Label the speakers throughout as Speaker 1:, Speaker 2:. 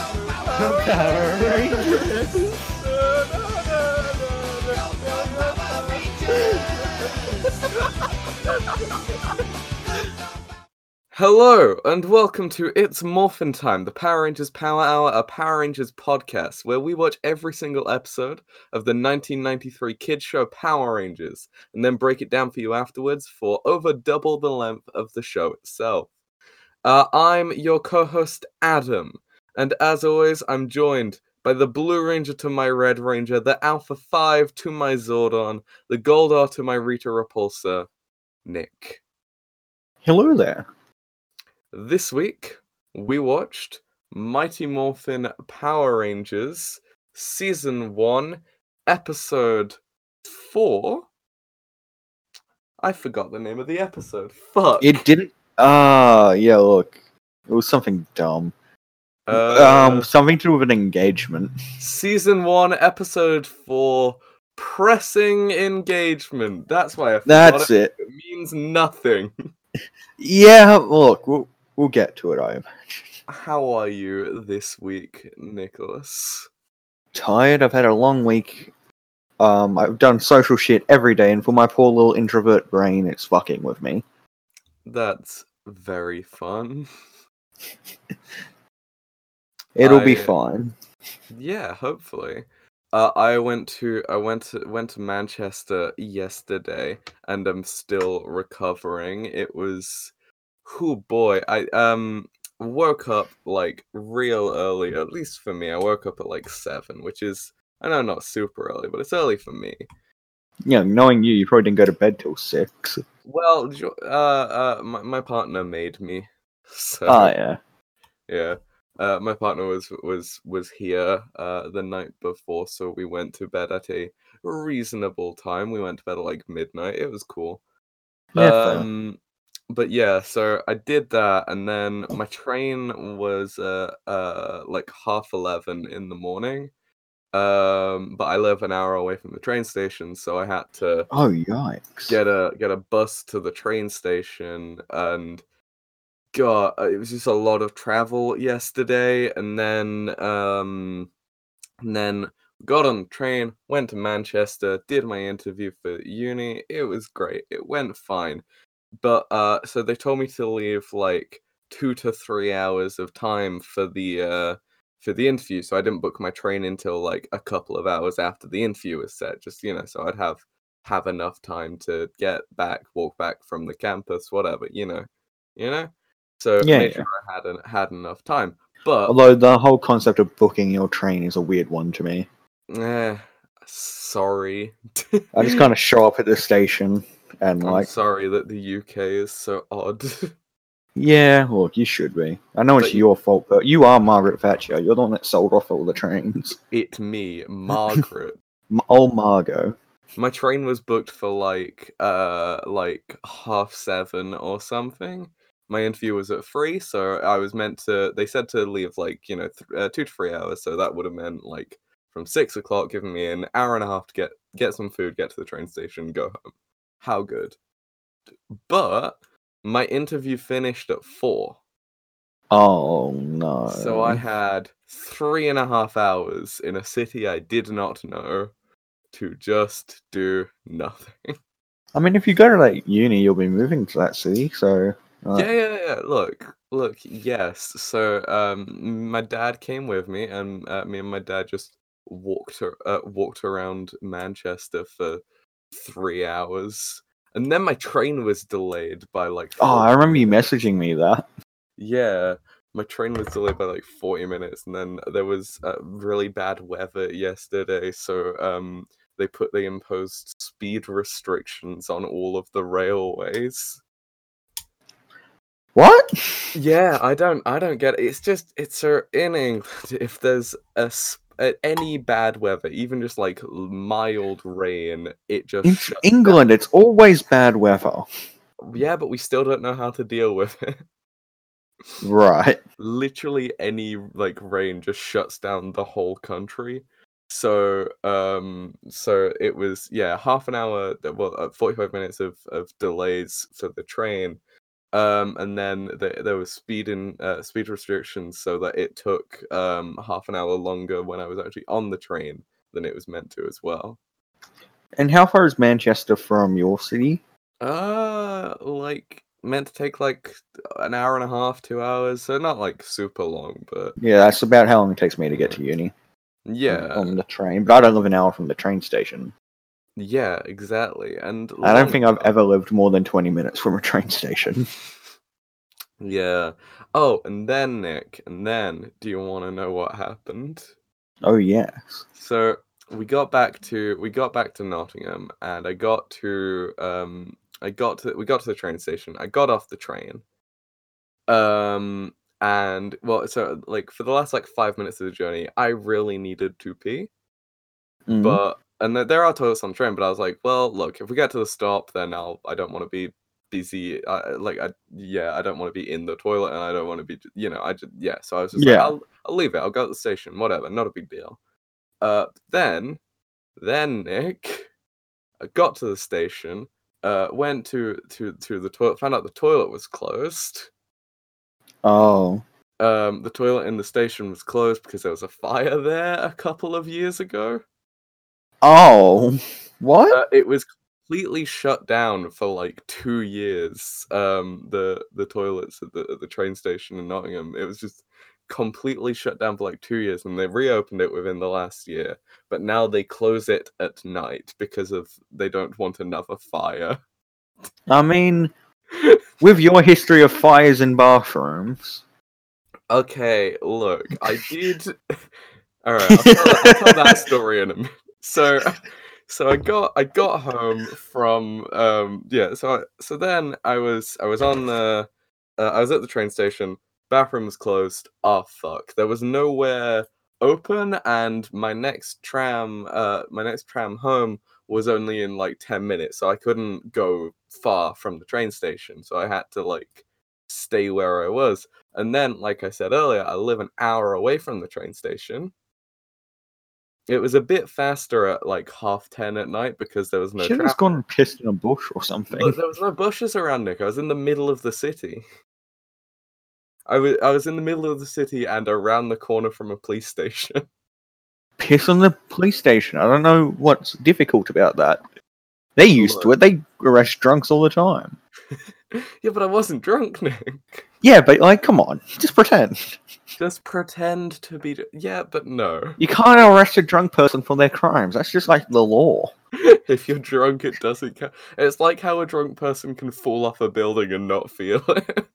Speaker 1: the Power Rangers.
Speaker 2: Hello and welcome to It's Morphin Time, the Power Rangers Power Hour, a Power Rangers podcast where we watch every single episode of the 1993 kids show Power Rangers and then break it down for you afterwards for over double the length of the show itself. Uh, I'm your co-host Adam, and as always, I'm joined by the Blue Ranger to my Red Ranger, the Alpha Five to my Zordon, the Goldar to my Rita Repulsa, Nick.
Speaker 1: Hello there.
Speaker 2: This week, we watched Mighty Morphin Power Rangers Season 1, Episode 4. I forgot the name of the episode. Fuck.
Speaker 1: It didn't. Ah, yeah. Look, it was something dumb.
Speaker 2: Uh,
Speaker 1: um, something to do with an engagement.
Speaker 2: season 1, Episode 4, Pressing Engagement. That's why I forgot
Speaker 1: That's
Speaker 2: it.
Speaker 1: it.
Speaker 2: It means nothing.
Speaker 1: Yeah. Look, we'll we'll get to it. I'm
Speaker 2: How are you this week, Nicholas?
Speaker 1: tired. I've had a long week. Um, I've done social shit every day, and for my poor little introvert brain, it's fucking with me.
Speaker 2: That's very fun.
Speaker 1: It'll be
Speaker 2: I- uh,
Speaker 1: fine.
Speaker 2: Yeah, hopefully. Uh, I went to I went to, went to Manchester yesterday, and I'm still recovering. It was, oh boy, I um woke up like real early. At least for me, I woke up at like seven, which is I know not super early, but it's early for me.
Speaker 1: Yeah, knowing you, you probably didn't go to bed till six.
Speaker 2: Well, jo- uh, uh, my my partner made me. So.
Speaker 1: Ah, yeah.
Speaker 2: Yeah. Uh, my partner was was was here uh, the night before, so we went to bed at a reasonable time. We went to bed at like midnight. It was cool.
Speaker 1: Yeah, fair.
Speaker 2: Um, but yeah, so I did that, and then my train was uh, uh, like half eleven in the morning. Um, but I live an hour away from the train station, so I had to
Speaker 1: oh yikes.
Speaker 2: get a get a bus to the train station and god uh, it was just a lot of travel yesterday and then um and then got on the train went to manchester did my interview for uni it was great it went fine but uh so they told me to leave like two to three hours of time for the uh for the interview so i didn't book my train until like a couple of hours after the interview was set just you know so i'd have have enough time to get back, walk back from the campus, whatever, you know, you know. So
Speaker 1: Yeah,
Speaker 2: made
Speaker 1: yeah.
Speaker 2: sure I had en- had enough time, but
Speaker 1: Although the whole concept of booking your train is a weird one to me.
Speaker 2: eh, sorry,
Speaker 1: I just kind of show up at the station and
Speaker 2: I'm
Speaker 1: like,
Speaker 2: sorry that the UK is so odd.
Speaker 1: yeah, look, you should be. I know it's
Speaker 2: But-
Speaker 1: your fault, but you are Margaret Thatcher. You're the one that sold off all the trains.
Speaker 2: it me, Margaret.
Speaker 1: M- oh, Margot.
Speaker 2: My train was booked for like uh like half seven or something. My interview was at three, so I was meant to. They said to leave like you know th- uh, two to three hours, so that would have meant like from six o'clock, giving me an hour and a half to get get some food, get to the train station, go home. How good! But my interview finished at four,
Speaker 1: Oh no.
Speaker 2: so I had three and a half hours in a city I did not know to just do nothing.
Speaker 1: I mean, if you go to like uni, you'll be moving to that city. So uh,
Speaker 2: yeah, yeah, yeah. Look, look, yes. So, um, my dad came with me, and uh, me and my dad just walked ar- uh, walked around Manchester for three hours, and then my train was delayed by like.
Speaker 1: Oh, I
Speaker 2: 40
Speaker 1: remember you
Speaker 2: minutes.
Speaker 1: messaging me that.
Speaker 2: Yeah, my train was delayed by like 40 minutes, and then there was uh, really bad weather yesterday, so um, they put they imposed speed restrictions on all of the railways.
Speaker 1: What?
Speaker 2: Yeah, I don't, I don't get it. It's just, it's so in England. If there's a s- a- any bad weather, even just like l- mild rain, it just
Speaker 1: In
Speaker 2: shuts down.
Speaker 1: England, it's always bad weather.
Speaker 2: Yeah, but we still don't know how to deal with it.
Speaker 1: Right.
Speaker 2: Literally, any like rain just shuts down the whole country. So, um, so it was yeah, half an hour. Well, uh, forty-five minutes of of delays for the train, um, and then the, there was speed in uh, speed restrictions so that it took um, half an hour longer when I was actually on the train than it was meant to as well.
Speaker 1: And how far is Manchester from your city?
Speaker 2: Uh, like meant to take like an hour and a half, two hours, so not like super long, but
Speaker 1: Yeah, that's about how long it takes me to get to uni.
Speaker 2: yeah,
Speaker 1: On the train. But I don't live an hour from the train station.
Speaker 2: yeah, exactly. And
Speaker 1: I don't
Speaker 2: long
Speaker 1: think I've
Speaker 2: enough.
Speaker 1: ever lived more than 20 minutes from a train station.
Speaker 2: Yeah. Oh, and then Nick, and then do you want to know what happened?
Speaker 1: Oh, yes.
Speaker 2: So we got back to we got back to Nottingham, and I got to um I got to we got to the train station. I got off the train, um, and well, so like for the last like five minutes of the journey, I really needed to pee,
Speaker 1: Mm.
Speaker 2: but and there- there are toilets on the train, but I was like, well, look, if we get to the stop, then I'll I don't want to be busy. I, like I yeah, I don't want to be in the toilet, and I don't want to be you know I just yeah. So I was just like,
Speaker 1: Yeah.
Speaker 2: I'll I'll leave it. I'll go to the station. Whatever, not a big deal. Uh, then then Nick, I got to the station. Uh, went to to to the toilet. Found out the toilet was closed.
Speaker 1: Oh.
Speaker 2: Um, the toilet in the station was closed because there was a fire there a couple of years ago.
Speaker 1: Oh. What?
Speaker 2: uh, it was completely shut down for like two years. Um, the the toilets at the at the train station in Nottingham. It was just completely shut down for like two years, and they reopened it within the last year. But now they close it at night because of they don't want another fire.
Speaker 1: I mean, with your history of fires in bathrooms,
Speaker 2: Okay, look, I did. All right, I'll tell, I'll tell that story in a minute. So, so I got I got home from um yeah. So I, so then I was I was on the uh, I was at the train station. Bathroom was closed. Ah fuck! There was nowhere open, and my next tram uh my next tram home was only in like ten minutes, so I couldn't go far from the train station. So I had to like stay where I was. And then, like I said earlier, I live an hour away from the train station. It was a bit faster at like half ten at night because there was no
Speaker 1: should have
Speaker 2: traffic.
Speaker 1: gone and pissed in a bush or something.
Speaker 2: Look, there was no bushes around, Nick. I was in the middle of the city. I was I was in the middle of the city and around the corner from a police station.
Speaker 1: Piss on the police station. I don't know what's difficult about that. They used to it. They arrest drunks all the time.
Speaker 2: yeah, but I wasn't drunk, Nick.
Speaker 1: Yeah, but like, come on, just pretend.
Speaker 2: Just pretend to be. dr- Yeah, but no.
Speaker 1: You can't arrest a drunk person for their crimes. That's just like the law.
Speaker 2: if you're drunk, it doesn't count. It's like how a drunk person can fall off a building and not feel it.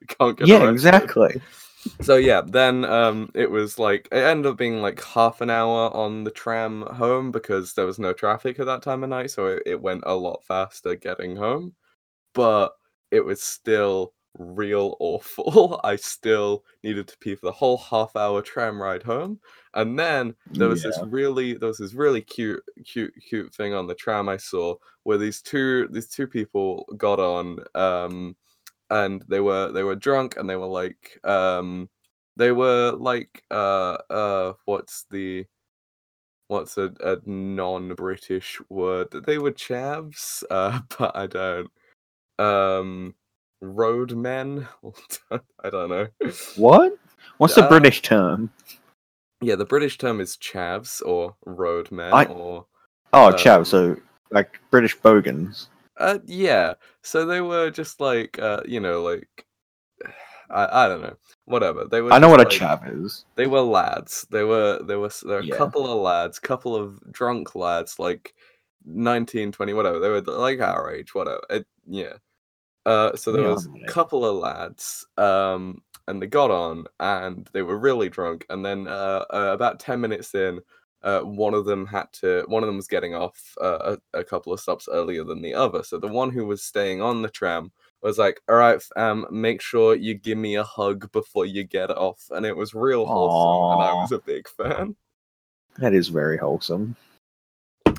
Speaker 2: You can't get
Speaker 1: yeah,
Speaker 2: arrested.
Speaker 1: exactly.
Speaker 2: So yeah, then um, it was like it ended up being like half an hour on the tram home because there was no traffic at that time of night, so it, it went a lot faster getting home. But it was still real awful. I still needed to pee for the whole half hour tram ride home, and then there was this really there was this really cute cute cute thing on the tram I saw where these two these two people got on um and they were they were drunk and they were like um they were like uh uh what's the what's a, a non-british word they were chavs uh but i don't um roadmen i don't know
Speaker 1: What? What's the
Speaker 2: Uh,
Speaker 1: British term?
Speaker 2: yeah the british term is chavs or roadmen
Speaker 1: I-
Speaker 2: or
Speaker 1: Oh, chav.
Speaker 2: um,
Speaker 1: So like British bogans.
Speaker 2: Uh, yeah. So they were just like, uh, you know, like, I, I don't know, whatever. They were.
Speaker 1: I know
Speaker 2: just
Speaker 1: what a
Speaker 2: like-
Speaker 1: chav is.
Speaker 2: They were lads. They were. They were. s- There were a
Speaker 1: Yeah.
Speaker 2: couple of lads, couple of drunk lads, like 19, 20, whatever. They were like our age, whatever. It, yeah. Uh, so there
Speaker 1: Yeah,
Speaker 2: was
Speaker 1: I'm
Speaker 2: a
Speaker 1: like-
Speaker 2: couple of lads, um, and they got on, and they were really drunk. And then uh, uh, about ten minutes in, uh, one of them had to. One of them was getting off uh, a, a couple of stops earlier than the other. So the one who was staying on the tram was like, "All right, fam, make sure you give me a hug before you get off." And it was real wholesome, and I
Speaker 1: Aw.
Speaker 2: was a big fan.
Speaker 1: That is very wholesome.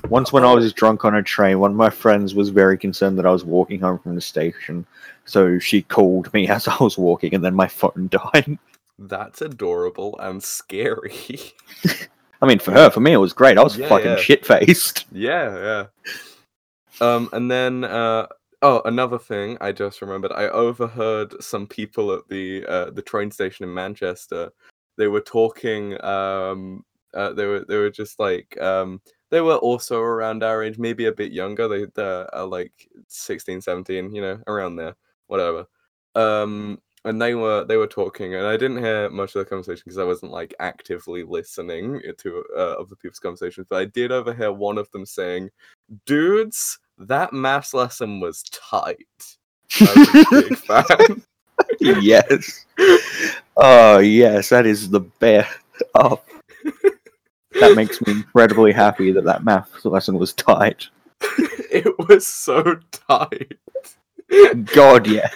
Speaker 1: Once, when I was drunk on a train, one of my friends was very concerned that I was walking home from the station, so she called me as I was walking, and then my phone died.
Speaker 2: That's adorable and scary.
Speaker 1: I mean, for her, for me, it was great. I was
Speaker 2: Yeah,
Speaker 1: fucking
Speaker 2: yeah.
Speaker 1: shit faced.
Speaker 2: Yeah, yeah. Um, and then uh, Oh, another thing I just remembered. I overheard some people at the uh, the train station in Manchester. They were talking. Um, uh, they were they were just like um, they were also around our age, maybe a bit younger. They they're uh, like 16, 17, you know, around there, whatever. Um, and they were they were talking, and I didn't hear much of the conversation because I wasn't like actively listening to uh, other people's conversations. But I did overhear one of them saying, "Dudes." that maths lesson was tight. I was a big fan.
Speaker 1: yes. Oh yes, that is the best. Oh, that makes me incredibly happy that that math lesson was tight.
Speaker 2: it was so tight.
Speaker 1: God, yeah.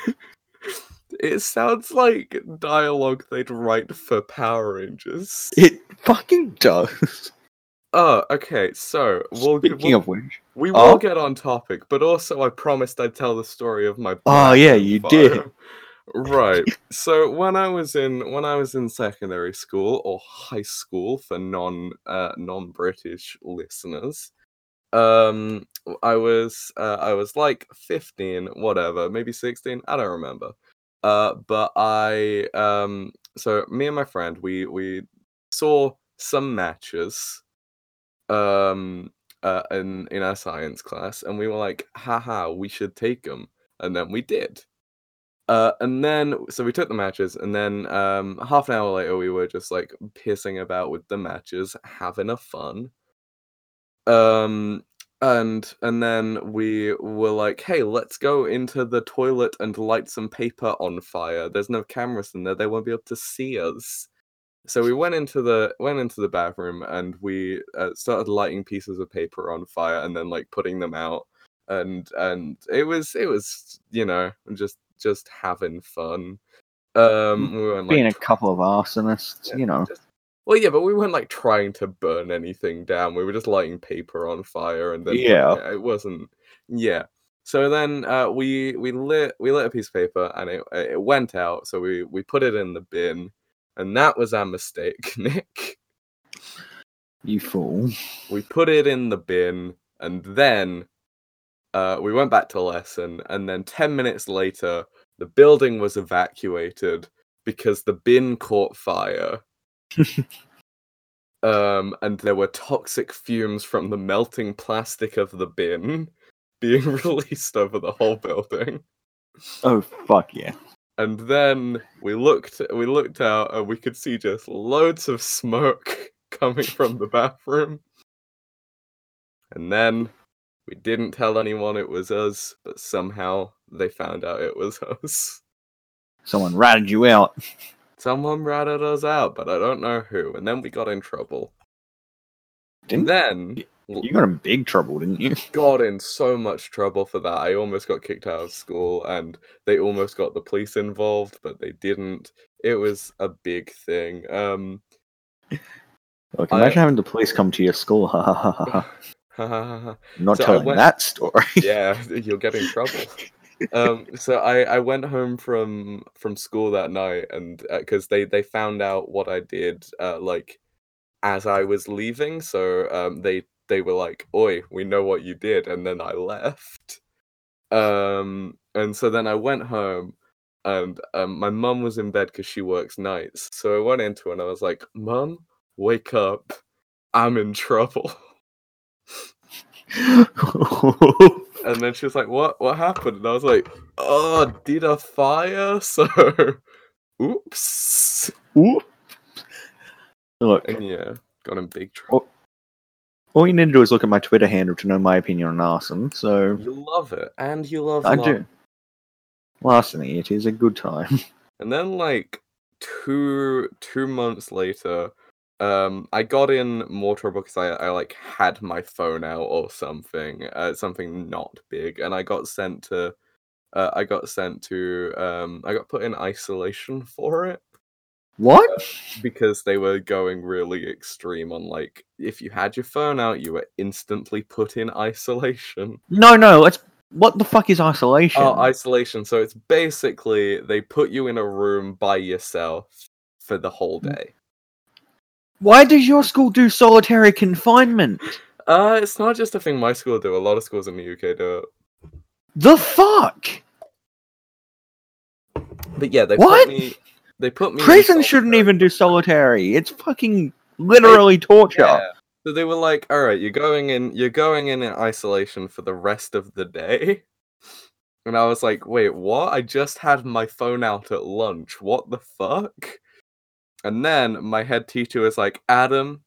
Speaker 2: It sounds like dialogue they'd write for Power Rangers.
Speaker 1: It fucking does.
Speaker 2: Oh, okay. So we'll,
Speaker 1: Speaking
Speaker 2: we'll
Speaker 1: of which,
Speaker 2: we will
Speaker 1: Oh.
Speaker 2: get on topic, but also I promised I'd tell the story of my.
Speaker 1: Oh, yeah, you
Speaker 2: grandfather.
Speaker 1: did.
Speaker 2: Right. So when I was in when I was in secondary school or high school for non uh, non British listeners, um, I was uh, I was like fifteen, whatever, maybe sixteen. I don't remember. Uh, but I um, so me and my friend we we saw some matches, um, uh, in in our science class, and we were like, haha, we should take them, and then we did. Uh, and then so we took the matches, and then um, half an hour later, we were just like pissing about with the matches, having a fun. Um, and and then we were like, hey, let's go into the toilet and light some paper on fire. There's no cameras in there; they won't be able to see us. So we went into the went into the bathroom and we uh, started lighting pieces of paper on fire and then like putting them out and and it was it was you know just just having fun. Um, we weren't
Speaker 1: being a
Speaker 2: like
Speaker 1: couple of arsonists,
Speaker 2: Yeah.
Speaker 1: you know,
Speaker 2: well, yeah, but we weren't like trying to burn anything down. We were just lighting paper on fire, and then like,
Speaker 1: Yeah.
Speaker 2: it wasn't. Yeah. So then uh, we we lit we lit a piece of paper, and it it went out. So we we put it in the bin, and that was our mistake, Nick.
Speaker 1: you fool.
Speaker 2: We put it in the bin, and then uh, we went back to lesson, and then ten minutes later, the building was evacuated because the bin caught fire. um, and there were toxic fumes from the melting plastic of the bin being released over the whole building.
Speaker 1: Oh fuck yeah.
Speaker 2: And then we looked, we looked out, and we could see just loads of smoke coming from the bathroom. And then we didn't tell anyone it was us, but somehow they found out it was us.
Speaker 1: Someone ratted you out.
Speaker 2: Someone ratted us out, but I don't know who. And then we got in trouble.
Speaker 1: Didn't-
Speaker 2: and then
Speaker 1: You got in big trouble, didn't you?
Speaker 2: got in so much trouble for that. I almost got kicked out of school and they almost got the police involved, but they didn't. It was a big thing. Um
Speaker 1: Look,
Speaker 2: I-
Speaker 1: imagine having the police come to your school. Ha ha ha ha. ha. I'm not
Speaker 2: So I
Speaker 1: telling
Speaker 2: went-
Speaker 1: that story.
Speaker 2: yeah, you'll get in trouble. Um, so I, I went home from from school that night, and because they they found out what I did, uh, like as I was leaving, so um, they they were like, "Oi, we know what you did," and then I left. Um, and so then I went home, and um, my mum was in bed because she works nights. So I went into her and I was like, "Mum, wake up, I'm in trouble." And then she was like, "What? What happened?" And I was like, "Oh, did a fire? So, oops."
Speaker 1: Whoop. Look,
Speaker 2: And yeah, got in big trouble.
Speaker 1: Oh. all you need to do is look at my Twitter handle to know my opinion on arson. So
Speaker 2: You love it, and you love.
Speaker 1: I
Speaker 2: love.
Speaker 1: do. Larceny, it is a good time.
Speaker 2: And then like two two months later, um, I got in more trouble because I, I like had my phone out or something, uh, something not big, and I got sent to, uh, I got sent to, um, I got put in isolation for it.
Speaker 1: What?
Speaker 2: because they were going really extreme on like if you had your phone out you were instantly put in isolation
Speaker 1: No, no. Let's. What the fuck is isolation?
Speaker 2: oh isolation so it's basically they put you in a room by yourself for the whole
Speaker 1: Mm.
Speaker 2: day
Speaker 1: Why does your school do solitary confinement?
Speaker 2: uh it's not just a thing my school do a lot of schools in the uk do it
Speaker 1: The fuck?
Speaker 2: But yeah, they
Speaker 1: What?
Speaker 2: put me. They put me. in
Speaker 1: Prison shouldn't
Speaker 2: solitary.
Speaker 1: even do solitary. It's fucking literally torture.
Speaker 2: Yeah. So they were like, "All right, you're going in. You're going in in isolation for the rest of the day." And I was like, "Wait, what? I just had my phone out at lunch. What the fuck?" And then my head teacher was like, "Adam,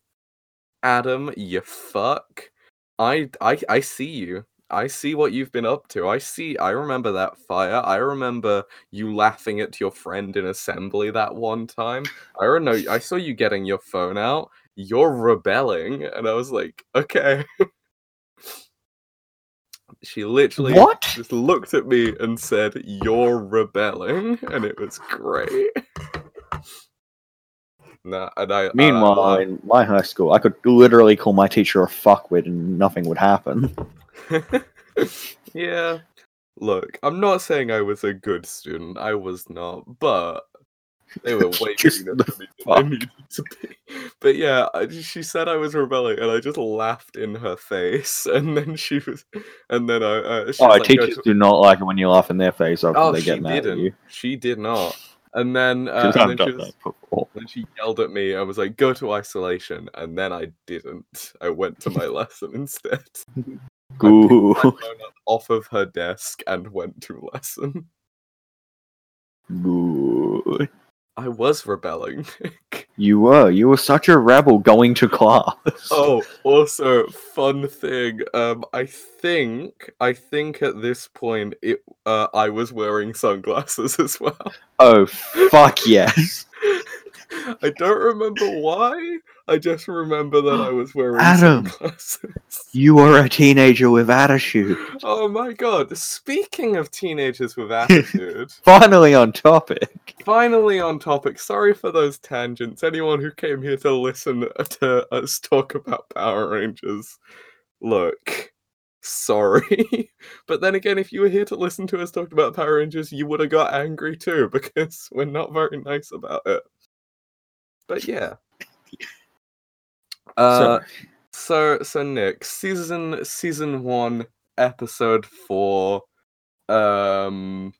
Speaker 2: Adam, you fuck. I, I, I see you. I see what you've been up to. I see. I remember that fire. I remember you laughing at your friend in assembly that one time. I don't know. I saw you getting your phone out. You're rebelling, and I was like, okay." She literally
Speaker 1: What?
Speaker 2: just looked at me and said, "You're rebelling," and it was great. Nah, and I. uh,
Speaker 1: Meanwhile,
Speaker 2: I,
Speaker 1: in my high school, I could literally call my teacher a fuckwit and nothing would happen.
Speaker 2: yeah. Look, I'm not saying I was a good student. I was not, but they were way
Speaker 1: Just
Speaker 2: meaner
Speaker 1: the
Speaker 2: than me than I
Speaker 1: fuck.
Speaker 2: needed to be. But yeah, I- she said I was rebelling, and I just laughed in her face. And then she was, and then I. Uh, she
Speaker 1: Oh,
Speaker 2: was like, "Go
Speaker 1: teachers
Speaker 2: to-
Speaker 1: do not like it when you laugh in their face after
Speaker 2: Oh,
Speaker 1: they
Speaker 2: she
Speaker 1: get mad
Speaker 2: didn't.
Speaker 1: at you.
Speaker 2: She did not. And then, uh,
Speaker 1: 'Cause
Speaker 2: and
Speaker 1: I've
Speaker 2: then she
Speaker 1: done
Speaker 2: was,
Speaker 1: that before.
Speaker 2: when she yelled at me, I was like, "Go to isolation," and then I didn't. I went to my lesson instead. I picked my
Speaker 1: Good.
Speaker 2: phone up off of her desk and went to lesson.
Speaker 1: Good.
Speaker 2: I was rebelling, Nick.
Speaker 1: You were. You were such a rebel going to class.
Speaker 2: Oh, also, fun thing. Um, I think, I think at this point, it, uh, I was wearing sunglasses as well.
Speaker 1: Oh, fuck yes.
Speaker 2: I don't remember why. I just remember that I was wearing
Speaker 1: Adam.
Speaker 2: sunglasses.
Speaker 1: You are a teenager with attitude.
Speaker 2: Oh my god. Speaking of teenagers with attitude,
Speaker 1: Finally on topic.
Speaker 2: finally on topic. Sorry for those tangents. Anyone who came here to listen to us talk about Power Rangers, look, sorry. but then again, if you were here to listen to us talk about Power Rangers, you would have got angry too because we're not very nice about it. But yeah. Uh, so so Nick, season season one, episode four, um,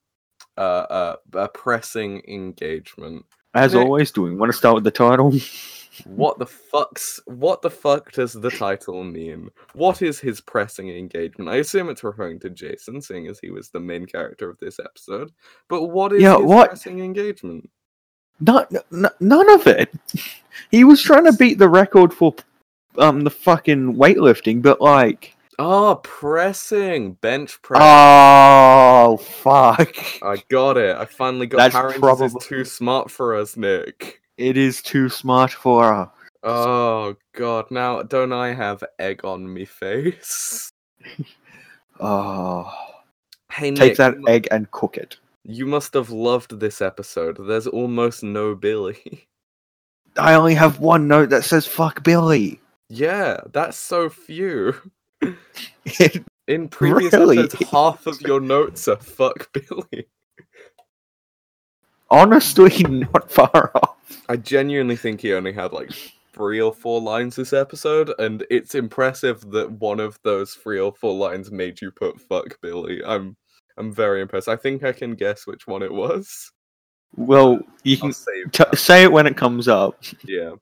Speaker 2: uh, uh, a pressing engagement.
Speaker 1: As
Speaker 2: Nick-
Speaker 1: always, do we want to start with the title?
Speaker 2: What the fucks? What the fuck does the title mean? What is his pressing engagement? I assume it's referring to Jason, seeing as he was the main character of this episode. But what is
Speaker 1: Yeah,
Speaker 2: his
Speaker 1: what-
Speaker 2: pressing engagement?
Speaker 1: Not, n- none of it. He was trying to beat the record for um the fucking weightlifting, but like,
Speaker 2: Ah, pressing bench press.
Speaker 1: Ah. oh fuck,
Speaker 2: I got it. I finally got.
Speaker 1: That's
Speaker 2: Power Rangers is
Speaker 1: probably-
Speaker 2: too smart for us, Nick.
Speaker 1: it is too smart for us.
Speaker 2: Oh God! Now don't I have egg on me face?
Speaker 1: Oh,
Speaker 2: Hey,
Speaker 1: take
Speaker 2: Nick,
Speaker 1: that
Speaker 2: you mu-
Speaker 1: egg and cook it.
Speaker 2: You must have loved this episode. There's almost no Billy.
Speaker 1: I only have one note that says "fuck Billy."
Speaker 2: Yeah, that's so few.
Speaker 1: It
Speaker 2: In previous
Speaker 1: Really?
Speaker 2: episodes, half of your notes are fuck Billy.
Speaker 1: honestly not far off.
Speaker 2: I genuinely think he only had like three or four lines this episode, and it's impressive that one of those three or four lines made you put fuck Billy. I'm I'm very impressed. I think I can guess which one it was.
Speaker 1: Well, you
Speaker 2: I'll
Speaker 1: can
Speaker 2: save
Speaker 1: t- say it when it comes up.
Speaker 2: yeah.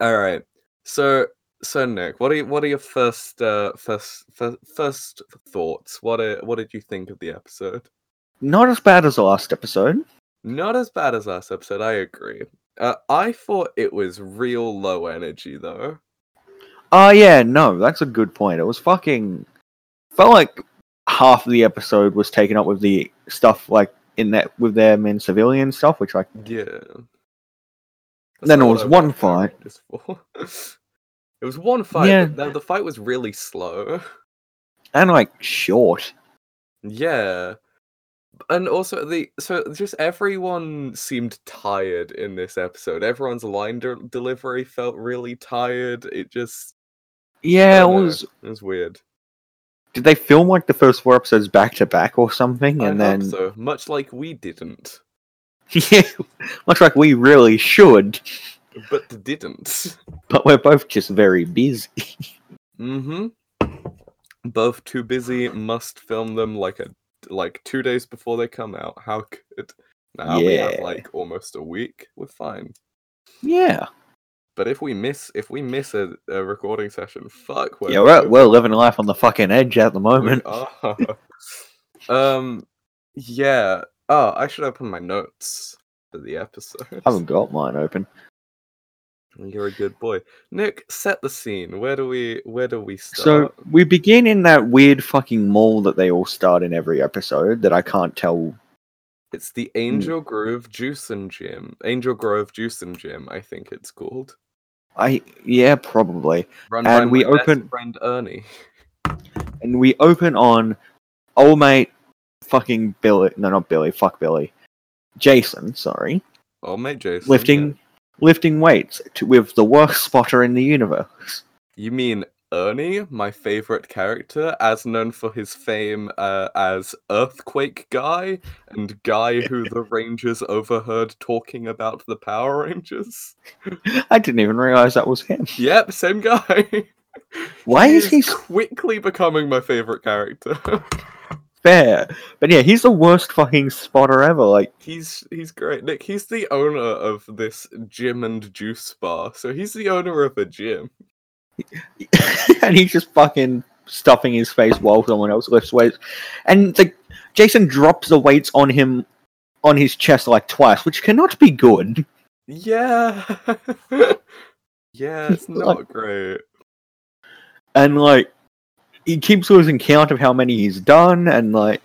Speaker 2: All right. So so Nick, what are you, what are your first uh first first, first thoughts? What are, what did you think of the episode?
Speaker 1: Not as bad as the last episode.
Speaker 2: Not as bad as last episode, I agree. Uh, I thought it was real low energy though.
Speaker 1: Oh yeah, no, that's a good point. It was fucking felt like half of the episode was taken up with the stuff like in that with their main civilian stuff, which I
Speaker 2: Yeah. That's
Speaker 1: Then
Speaker 2: not
Speaker 1: it
Speaker 2: what
Speaker 1: was
Speaker 2: I
Speaker 1: one
Speaker 2: wanted Power
Speaker 1: fight.
Speaker 2: Rangers for. it was one fight.
Speaker 1: Yeah.
Speaker 2: but the, the fight was really slow.
Speaker 1: and like short.
Speaker 2: Yeah. And also the so just everyone seemed tired in this episode. Everyone's line de- delivery felt really tired. It just
Speaker 1: Yeah, it
Speaker 2: dunno.
Speaker 1: was.
Speaker 2: it was weird.
Speaker 1: Did they film like the first four episodes back to back or something?
Speaker 2: I
Speaker 1: And
Speaker 2: hope
Speaker 1: then
Speaker 2: so much like we didn't,
Speaker 1: yeah, much like we really should,
Speaker 2: but didn't.
Speaker 1: but we're both just very busy.
Speaker 2: Mm-hmm. both too busy must film them like a like two days before they come out how could now we have
Speaker 1: Yeah.
Speaker 2: like almost a week we're fine
Speaker 1: Yeah.
Speaker 2: but if we miss if we miss a, a recording session fuck
Speaker 1: Yeah, we're, we're living life on the fucking edge at the moment.
Speaker 2: moment oh. um yeah oh i should open my notes for the episode
Speaker 1: I haven't got mine open.
Speaker 2: you're a good boy nick set the scene where do we where do we start
Speaker 1: So we begin in that weird fucking mall that they all start in every episode that I can't tell.
Speaker 2: It's the
Speaker 1: mm.
Speaker 2: Angel Grove Juice and Gym. Angel Grove Juice and Gym, I think it's called.
Speaker 1: I yeah, probably.
Speaker 2: Run by
Speaker 1: And we
Speaker 2: my best
Speaker 1: open-
Speaker 2: friend Ernie.
Speaker 1: And we open on old mate fucking Billy no not Billy, fuck Billy. Jason, sorry.
Speaker 2: Oh mate Jason. yeah.
Speaker 1: Lifting lifting weights to, with the worst spotter in the universe.
Speaker 2: You mean Ernie, my favorite character, as known for his fame uh, as Earthquake Guy and Guy who the Rangers overheard talking about the Power Rangers?
Speaker 1: I didn't even realize that was him.
Speaker 2: Yep, same guy.
Speaker 1: Why is he s-
Speaker 2: quickly becoming my favorite character?
Speaker 1: fair? But yeah, he's the worst fucking spotter ever. Like
Speaker 2: He's he's great, Nick. He's the owner of this gym and juice bar, so he's the owner of a gym.
Speaker 1: and he's just fucking stuffing his face while someone else lifts weights. And like Jason drops the weights on him on his chest like twice, which cannot be good.
Speaker 2: Yeah, yeah, it's
Speaker 1: Like-
Speaker 2: not great.
Speaker 1: And like he keeps losing count of how many he's done and like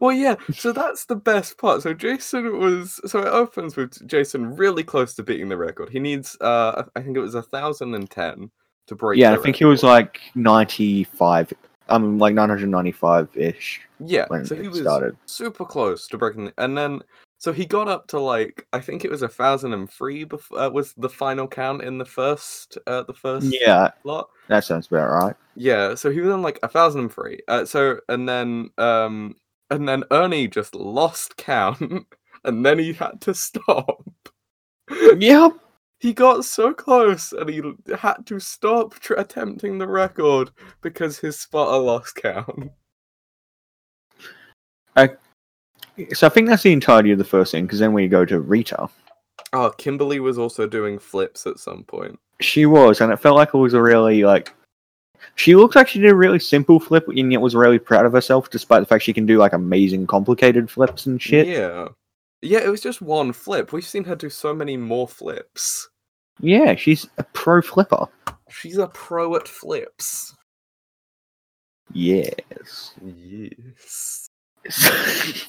Speaker 2: Well, yeah, so that's the best part. So Jason was so it opens with Jason really close to beating the record. He needs, uh, I think it was a thousand and ten to break.
Speaker 1: Yeah, I
Speaker 2: the
Speaker 1: think he was
Speaker 2: record.
Speaker 1: like ninety five I mean like nine hundred and ninety five ish
Speaker 2: yeah.
Speaker 1: when
Speaker 2: So he
Speaker 1: it
Speaker 2: was
Speaker 1: started.
Speaker 2: super close to breaking the, and then so he got up to like i think it was a thousand and three bef- uh, was the final count in the first uh the first
Speaker 1: Yeah,
Speaker 2: lot
Speaker 1: that sounds about right.
Speaker 2: yeah so he was on like a thousand and three uh, so and then um and then ernie just lost count and then he had to stop
Speaker 1: Yeah,
Speaker 2: he got so close and he l- had to stop tr- attempting the record because his spotter lost count
Speaker 1: So I think that's the entirety of the first thing, because then we go to Rita.
Speaker 2: oh kimberly was also doing flips at some point
Speaker 1: She was, and it felt like it was a really like. She looked like she did a really simple flip, and yet was really proud of herself, despite the fact she can do like amazing, complicated flips and shit. Yeah,
Speaker 2: Yeah. Yeah, it was just one flip. We've seen her do so many more flips.
Speaker 1: she's a pro flipper.
Speaker 2: She's a pro at flips.
Speaker 1: Yes.
Speaker 2: Yes.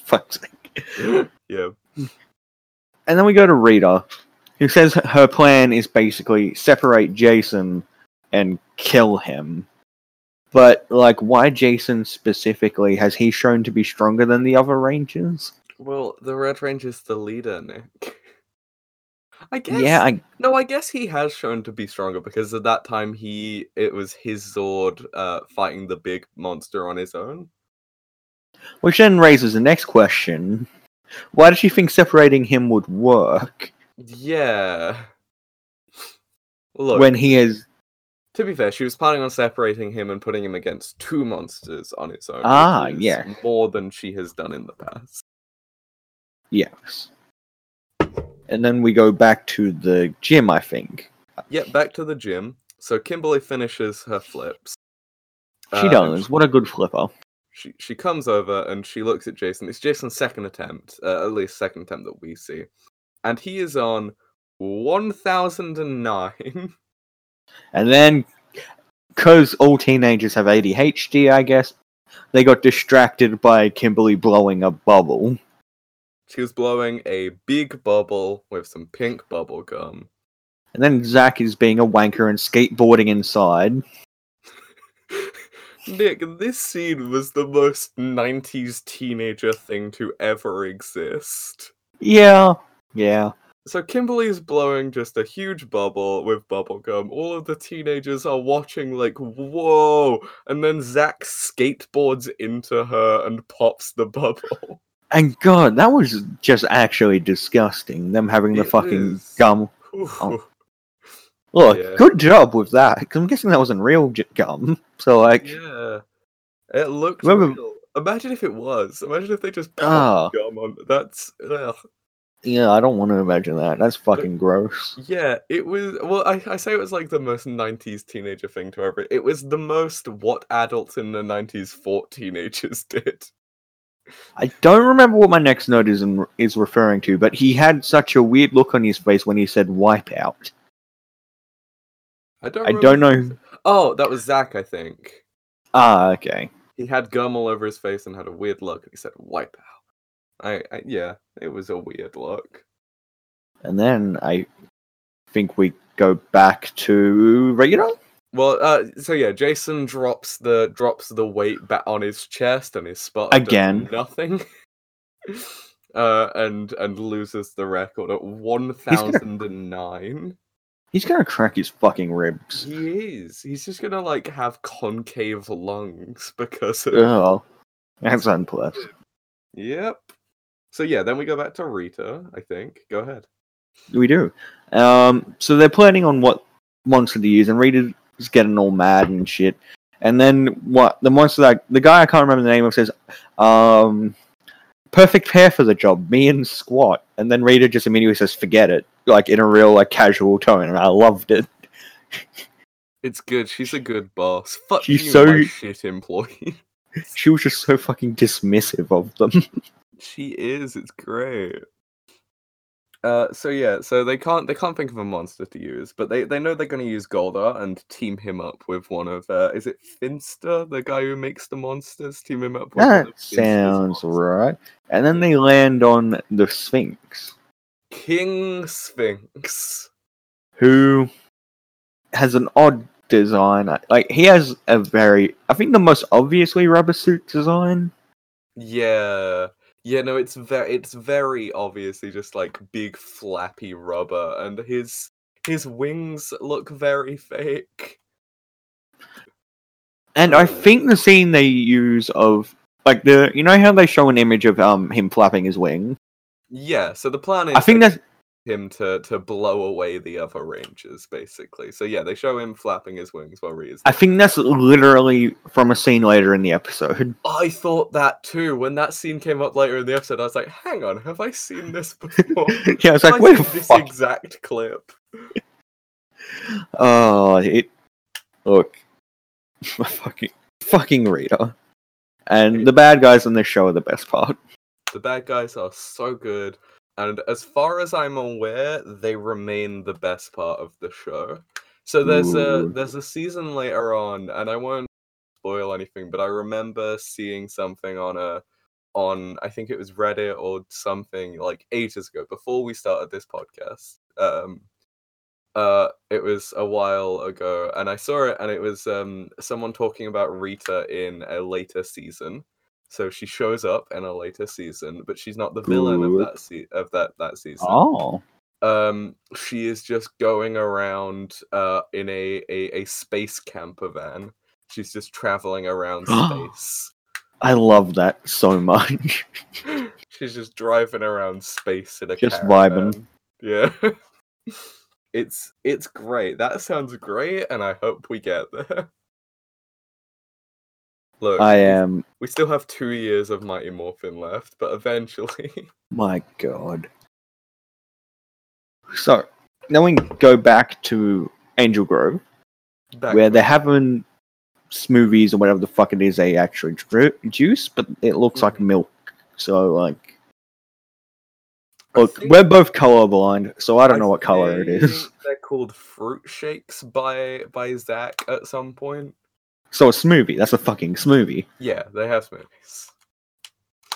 Speaker 1: Fuck's sake.
Speaker 2: yeah.
Speaker 1: And then we go to Rita, who says her plan is basically separate Jason and kill him. But like, why Jason specifically? Has he shown to be stronger than the other Rangers?
Speaker 2: Well, the Red Ranger's the leader, Nick. I guess.
Speaker 1: Yeah, I
Speaker 2: No, I guess he has shown to be stronger because at that time he it was his Zord uh, fighting the big monster on his own.
Speaker 1: Which then raises the next question. Why did she think separating him would work
Speaker 2: Yeah. Look,
Speaker 1: when he is
Speaker 2: To be fair, she was planning on separating him and putting him against two monsters on its own. which
Speaker 1: Ah,
Speaker 2: is
Speaker 1: yeah.
Speaker 2: More than she has done in the past.
Speaker 1: yes. And then we go back to the gym, I think.
Speaker 2: Yeah, back to the gym. So Kimberly finishes her flips. Uh,
Speaker 1: She
Speaker 2: and
Speaker 1: does. What a good flipper.
Speaker 2: She, she comes over and she looks at Jason. It's Jason's second attempt, uh, at least second attempt that we see. And he is on 1009.
Speaker 1: And then cuz all teenagers have ADHD, I guess, they got distracted by Kimberly blowing a bubble.
Speaker 2: she was blowing a big bubble with some pink bubble gum.
Speaker 1: And then Zach is being a wanker and skateboarding inside.
Speaker 2: Nick, this scene was the most 90s teenager thing to ever exist.
Speaker 1: Yeah. Yeah.
Speaker 2: So Kimberly's blowing just a huge bubble with bubblegum. All of the teenagers are watching like, whoa! And then Zach skateboards into her and pops the bubble.
Speaker 1: And god, that was just actually disgusting. Them having the
Speaker 2: It
Speaker 1: fucking
Speaker 2: is.
Speaker 1: gum
Speaker 2: Ooh.
Speaker 1: Look,
Speaker 2: Yeah.
Speaker 1: good job with that. 'cause I'm guessing that wasn't real j- gum. So like,
Speaker 2: Yeah, it looked
Speaker 1: Remember-
Speaker 2: real. Imagine if it was. Imagine if they just put
Speaker 1: Ah.
Speaker 2: gum on. That's ugh.
Speaker 1: yeah, I don't want to imagine that. That's fucking gross.
Speaker 2: yeah. It was well. I, I say it was like the most '90s teenager thing to ever. It was the most what adults in the '90s thought teenagers did.
Speaker 1: I don't remember what my next note is in, is referring to, but he had such a weird look on his face when he said "wipeout."
Speaker 2: I don't.
Speaker 1: I don't
Speaker 2: remember-
Speaker 1: know.
Speaker 2: Oh, that was Zach. I think
Speaker 1: Ah, okay.
Speaker 2: he had gum all over his face and had a weird look, and he said, "Wipe out." I, I yeah, it was a weird look.
Speaker 1: And then I think we go back to regular.
Speaker 2: Well, uh, so yeah, Jason drops the drops the weight back on his chest and his spot
Speaker 1: Again.
Speaker 2: Nothing. uh, and and loses the record at one thousand and nine.
Speaker 1: He's gonna crack his fucking ribs.
Speaker 2: He is. He's just gonna like have concave lungs because of
Speaker 1: Oh, that's unpleasant.
Speaker 2: Yep. So yeah, then we go back to Rita. I think. Go ahead.
Speaker 1: We do. Um, so they're planning on what monster to use, and Rita's getting all mad and shit. And then what? The monster that the guy I can't remember the name of says, um, "Perfect pair for the job, me and Squat." And then Rita just immediately says, "Forget it," like in a real like casual tone, and I loved it.
Speaker 2: It's good. She's a good boss. Fuck
Speaker 1: She's
Speaker 2: you,
Speaker 1: so-
Speaker 2: my shit employee.
Speaker 1: She was just so fucking dismissive of them.
Speaker 2: she is. It's great. Uh, so yeah, so they can't they can't think of a monster to use, but they they know they're going to use Goldar and team him up with one of uh, is it Finster, the guy who makes the monsters, team him up. with one
Speaker 1: that
Speaker 2: of Finster's
Speaker 1: sounds
Speaker 2: monsters.
Speaker 1: right. And then they land on the Sphinx.
Speaker 2: King Sphinx.
Speaker 1: who has an odd design. Like he has a very, I think the most obviously rubber suit design.
Speaker 2: Yeah. Yeah, no, it's very it's very obviously just like big flappy rubber and his his wings look very fake.
Speaker 1: And I think the scene they use of like the, you know how they show an image of um him flapping his wing.
Speaker 2: Yeah, so the plan is
Speaker 1: I think
Speaker 2: like,
Speaker 1: that's
Speaker 2: him to to blow away the other rangers basically. So yeah, they show him flapping his wings while Rhea's
Speaker 1: I think that's literally from a scene later in the episode.
Speaker 2: I thought that too when that scene came up later in the episode. I was like, "Hang on, have I seen this before?"
Speaker 1: yeah, it's
Speaker 2: Have
Speaker 1: like
Speaker 2: I
Speaker 1: where the
Speaker 2: seen this
Speaker 1: fuck?
Speaker 2: exact clip.
Speaker 1: Oh, it look, my fucking fucking reader. And the bad guys in this show are the best part.
Speaker 2: The bad guys are so good, and as far as I'm aware, they remain the best part of the show. So there's a
Speaker 1: Ooh.
Speaker 2: there's a season later on, and I won't spoil anything, but I remember seeing something on a on I think it was Reddit or something like ages ago, before we started this podcast. Um, uh, it was a while ago, and I saw it, and it was um someone talking about Rita in a later season. So she shows up in a later season, but she's not the villain
Speaker 1: Good.
Speaker 2: of that se- of that that season
Speaker 1: Oh,
Speaker 2: um she is just going around uh in a a, a space camper van she's just traveling around space
Speaker 1: I love that so much.
Speaker 2: she's just driving around space in a
Speaker 1: Just vibing.
Speaker 2: caravan. yeah it's it's great that sounds great and i hope we get there look
Speaker 1: I uh,
Speaker 2: we-
Speaker 1: am.
Speaker 2: we still have two years of mighty morphin left but eventually
Speaker 1: My God. So now we go back to Angel Grove,
Speaker 2: back
Speaker 1: where
Speaker 2: to
Speaker 1: they're having smoothies or whatever the fuck it is they actually dru- juice, but it looks like
Speaker 2: Mhm.
Speaker 1: milk. So like,
Speaker 2: I
Speaker 1: look,
Speaker 2: think-
Speaker 1: we're both colorblind, so I don't know what color it is.
Speaker 2: think They're called fruit shakes by by Zach at some point.
Speaker 1: So a smoothie. That's a fucking smoothie.
Speaker 2: Yeah, they have smoothies.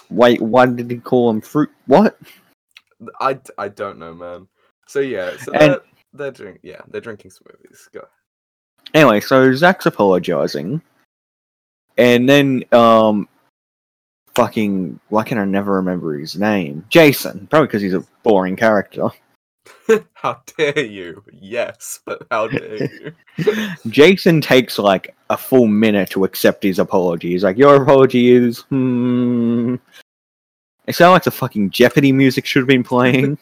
Speaker 1: Why? Why did he call them fruit? What?
Speaker 2: Th- I d- I don't know, man. So yeah, so
Speaker 1: And-
Speaker 2: they're, they're drink yeah they're drinking smoothies. Go.
Speaker 1: Anyway, so Zach's apologizing, and then um, fucking why can I never remember his name? Jason, probably because he's a boring character.
Speaker 2: how dare you? Yes, but how dare you?
Speaker 1: Jason takes like a full minute to accept his apology. He's like, "Your apology is hmm." It sounded like the fucking Jeopardy music should have been playing.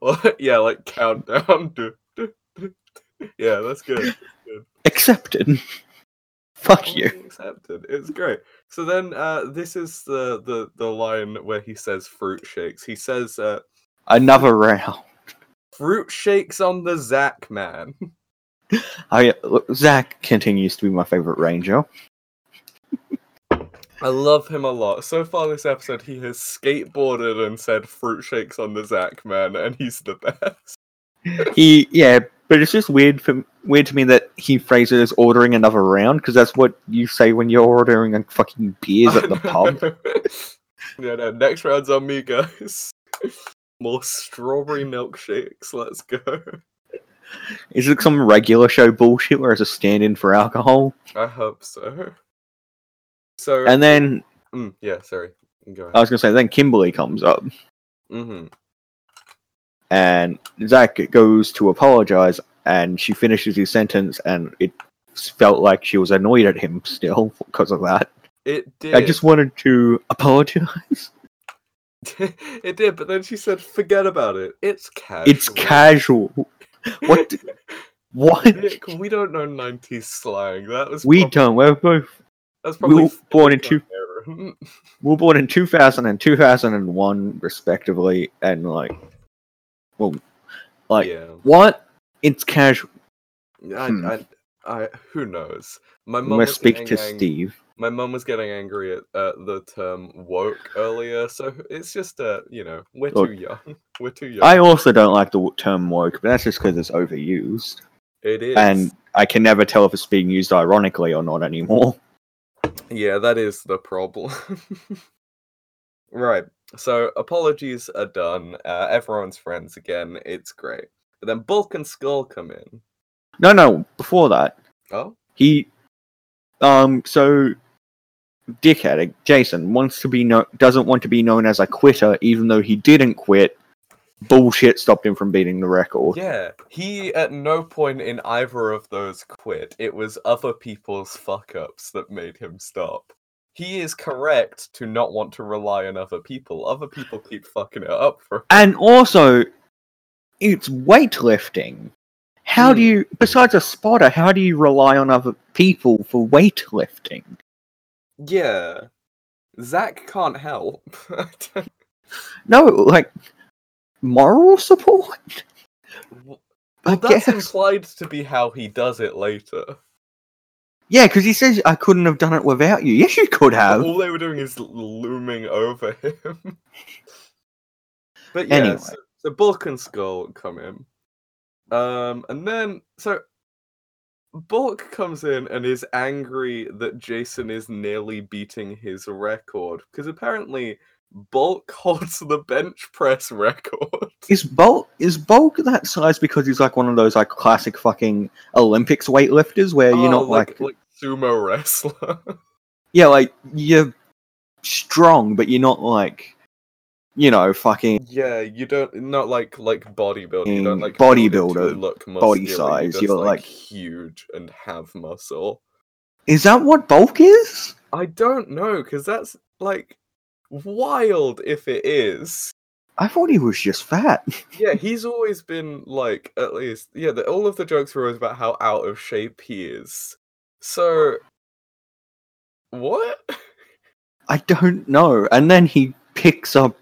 Speaker 2: well, yeah, like countdown. Du- du- du- yeah, that's good.
Speaker 1: Accepted. Fuck you.
Speaker 2: Fully Accepted. It's great. So then, uh, this is the, the the line where he says fruit shakes. He says, uh,
Speaker 1: Another round.
Speaker 2: "Fruit shakes on the Zack man."
Speaker 1: I Oh, look, Zach continues to be my favorite ranger.
Speaker 2: I love him a lot. So far this episode, he has skateboarded and said fruit shakes on the Zack man, and he's the best.
Speaker 1: He yeah, but it's just weird for weird to me that he phrases it as ordering another round because that's what you say when you're ordering a fucking beers at the pub.
Speaker 2: yeah, no. Next round's on me, guys. More strawberry milkshakes. Let's go.
Speaker 1: Is it some regular show bullshit where it's a stand-in for alcohol?
Speaker 2: I hope so. So
Speaker 1: And Uh, then
Speaker 2: mm, yeah, sorry. Go
Speaker 1: I
Speaker 2: ahead.
Speaker 1: was gonna say, then Kimberly comes up
Speaker 2: hmm
Speaker 1: and Zach goes to apologize, and she finishes his sentence, and it felt like she was annoyed at him still because of that.
Speaker 2: It did.
Speaker 1: I just wanted to apologize.
Speaker 2: it did, but then she said, "Forget about it. It's casual.
Speaker 1: It's casual. What? d- What?
Speaker 2: Nick, we don't know '90s slang. That was
Speaker 1: We
Speaker 2: prob-
Speaker 1: don't. We're both.
Speaker 2: That's
Speaker 1: we
Speaker 2: probably
Speaker 1: were born in
Speaker 2: Philip Cameron.
Speaker 1: We were born in 2000 and 2001, respectively, and like, well, like
Speaker 2: yeah,
Speaker 1: what? It's casual.
Speaker 2: I,
Speaker 1: hmm.
Speaker 2: I, I, who knows? My
Speaker 1: We
Speaker 2: mum
Speaker 1: must
Speaker 2: was
Speaker 1: speak to
Speaker 2: getting ang-
Speaker 1: Steve.
Speaker 2: My mum was getting angry at uh, the term woke earlier, so it's just uh, you know, we're
Speaker 1: Look,
Speaker 2: too young. We're too young.
Speaker 1: I also don't like the w- term woke, but that's just because it's overused.
Speaker 2: It is,
Speaker 1: and I can never tell if it's being used ironically or not anymore.
Speaker 2: yeah, that is the problem. right. So apologies are done. Uh, everyone's friends again. It's great. But then Bulk and Skull come in.
Speaker 1: No, no, before that,
Speaker 2: Oh,
Speaker 1: he, um, so dickhead Jason wants to be no doesn't want to be known as a quitter, even though he didn't quit. Bullshit stopped him from beating the record.
Speaker 2: yeah. He at no point in either of those quit. It was other people's fuck ups that made him stop. He is correct to not want to rely on other people. Other people keep fucking it up for.
Speaker 1: And also, it's weightlifting. How do
Speaker 2: Hmm.
Speaker 1: you, besides a spotter, how do you rely on other people for weightlifting?
Speaker 2: Yeah. Zach can't help. I don't-
Speaker 1: No, like moral support.
Speaker 2: W-
Speaker 1: I
Speaker 2: Well, that's
Speaker 1: guess.
Speaker 2: implied to be how he does it later.
Speaker 1: Yeah, because he says I couldn't have done it without you. Yes, you could
Speaker 2: But
Speaker 1: have.
Speaker 2: All they were doing is l- looming over him. but yeah,
Speaker 1: Anyway.
Speaker 2: so, so Bulk and Skull come in. Um, and then, so Bulk comes in and is angry that Jason is nearly beating his record. Because apparently, Bulk holds the bench press record.
Speaker 1: Is Bulk is Bulk that size because he's like one of those like classic fucking Olympics weightlifters where you're
Speaker 2: Oh,
Speaker 1: not like,
Speaker 2: like sumo wrestler.
Speaker 1: yeah, like you're strong, but you're not like you know fucking
Speaker 2: Yeah, you don't not like like bodybuilder. You don't
Speaker 1: Mm,
Speaker 2: like build it to
Speaker 1: bodybuilder,
Speaker 2: look
Speaker 1: body
Speaker 2: muscular,
Speaker 1: size,
Speaker 2: just,
Speaker 1: you're, like-
Speaker 2: huge and have muscle.
Speaker 1: is that what Bulk is?
Speaker 2: I don't know because that's like wild if it is.
Speaker 1: I thought he was just fat.
Speaker 2: Yeah, he's always been like at least yeah. The, all of the jokes were always about how out of shape he is. So what?
Speaker 1: I don't know. And then he picks up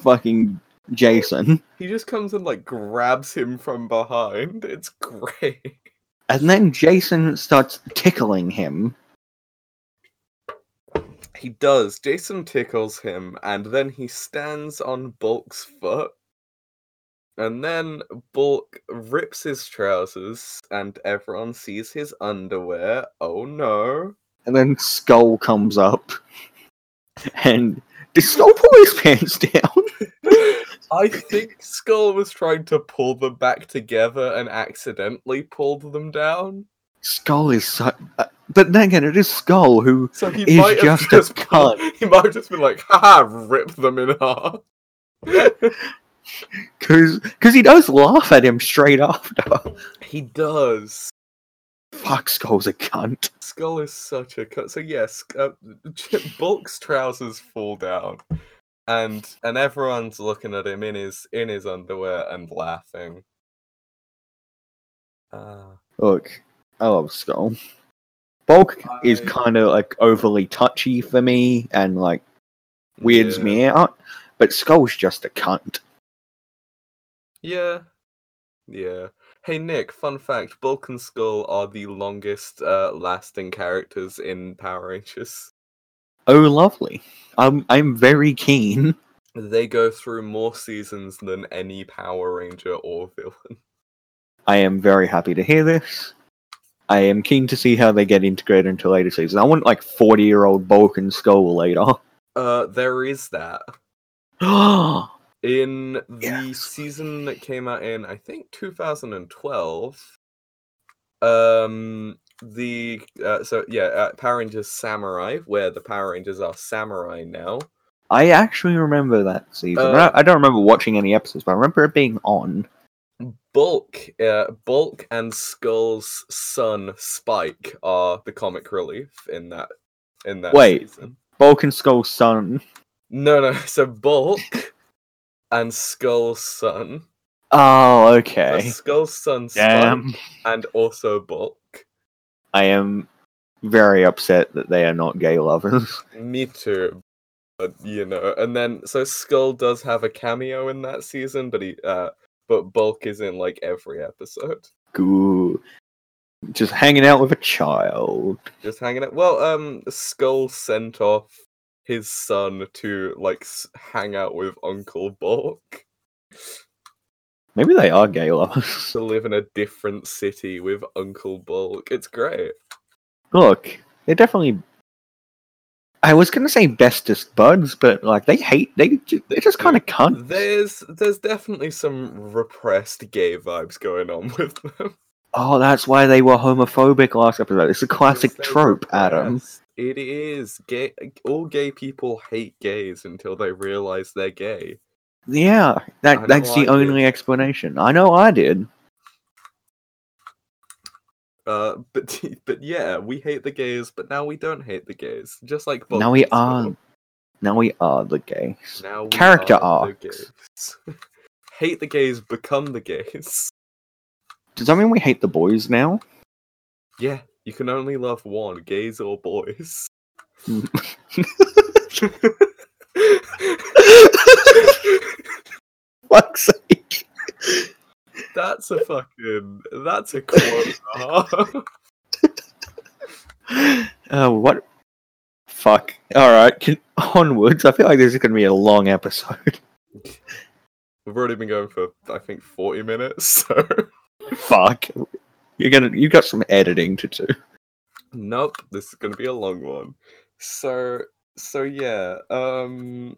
Speaker 1: fucking Jason,
Speaker 2: He just comes and like grabs him from behind. It's great.
Speaker 1: and then Jason starts tickling him.
Speaker 2: He does. Jason tickles him, and then he stands on Bulk's foot. And then Bulk rips his trousers, and everyone sees his underwear. Oh no.
Speaker 1: And then Skull comes up. And did Skull pull his pants down?
Speaker 2: I think Skull was trying to pull them back together and accidentally pulled them down.
Speaker 1: Skull is so. Uh, but then again, it is Skull who.
Speaker 2: So he
Speaker 1: He's
Speaker 2: might have
Speaker 1: just a
Speaker 2: just pulled- he might have just been like, haha, rip them in half.
Speaker 1: Because he does laugh at him straight after.
Speaker 2: he does.
Speaker 1: Fuck, Skull's a cunt.
Speaker 2: Skull is such a cut. So yes, uh, Ch- Bulk's trousers fall down, and and everyone's looking at him in his in his underwear and laughing. Uh,
Speaker 1: Look, I love Skull. Bulk is
Speaker 2: I-
Speaker 1: kind of like overly touchy for me and like weirds
Speaker 2: yeah.
Speaker 1: me out, but Skull's just a cunt.
Speaker 2: Yeah. Yeah. Hey Nick, fun fact, Bulk and Skull are the longest uh, lasting characters in Power Rangers.
Speaker 1: Oh, lovely. I'm I'm very keen.
Speaker 2: They go through more seasons than any Power Ranger or villain.
Speaker 1: I am very happy to hear this. I am keen to see how they get integrated into later seasons. I want like forty year old Bulk and Skull later.
Speaker 2: Uh there is that.
Speaker 1: oh,
Speaker 2: In the
Speaker 1: Yes.
Speaker 2: season that came out in I think 2012, um the uh, so yeah, uh, Power Rangers Samurai where the Power Rangers are samurai now.
Speaker 1: I actually remember that season.
Speaker 2: Uh,
Speaker 1: I, I don't remember watching any episodes, but I remember it being on.
Speaker 2: Bulk, uh, Bulk and Skull's son Spike are the comic relief in that in that
Speaker 1: Wait.
Speaker 2: season.
Speaker 1: Bulk and Skull's son.
Speaker 2: No, no. So Bulk and Skull's son,
Speaker 1: Oh,
Speaker 2: so
Speaker 1: okay.
Speaker 2: Skull's son Spike,
Speaker 1: Damn.
Speaker 2: and also Bulk.
Speaker 1: I am very upset that they are not gay lovers.
Speaker 2: Me too. But you know, and then so Skull does have a cameo in that season, but he, uh, but Bulk is in like every episode.
Speaker 1: Goo. Just hanging out with a child.
Speaker 2: just hanging out. Well, um, Skull sent off his son to like s- hang out with Uncle Bulk
Speaker 1: Maybe they are gay lovers.
Speaker 2: to live in a different city with Uncle Bulk. It's great.
Speaker 1: Look, they're definitely. I was gonna say bestest buds, but like they hate they ju- they're just kind of cunt.
Speaker 2: There's there's definitely some repressed gay vibes going on with them.
Speaker 1: Oh, that's why they were homophobic last episode. It's a
Speaker 2: 'cause
Speaker 1: classic
Speaker 2: they're
Speaker 1: trope, Adam.
Speaker 2: repressed. It is gay. All gay people hate gays until they realize they're gay.
Speaker 1: Yeah,
Speaker 2: I know
Speaker 1: that that's
Speaker 2: I
Speaker 1: the
Speaker 2: did.
Speaker 1: only explanation. I know I did.
Speaker 2: Uh, but but yeah, we hate the gays, but now we don't hate the gays. Just like Bulk
Speaker 1: now we
Speaker 2: and Skull.
Speaker 1: are, now we are the gays.
Speaker 2: Now we
Speaker 1: Character
Speaker 2: are the
Speaker 1: arcs.
Speaker 2: gays. Hate the gays, become the gays.
Speaker 1: Does that mean we hate the boys now?
Speaker 2: Yeah, you can only love one, gays or boys.
Speaker 1: Hmm. Fuck's sake!
Speaker 2: that's a fucking. That's a quote.
Speaker 1: Uh, what? Fuck. All right, can, onwards. I feel like this is gonna be a long episode.
Speaker 2: We've already been going for I think forty minutes, so
Speaker 1: Fuck. You're gonna. You got some editing to do.
Speaker 2: nope, this is gonna be a long one. So so yeah, um,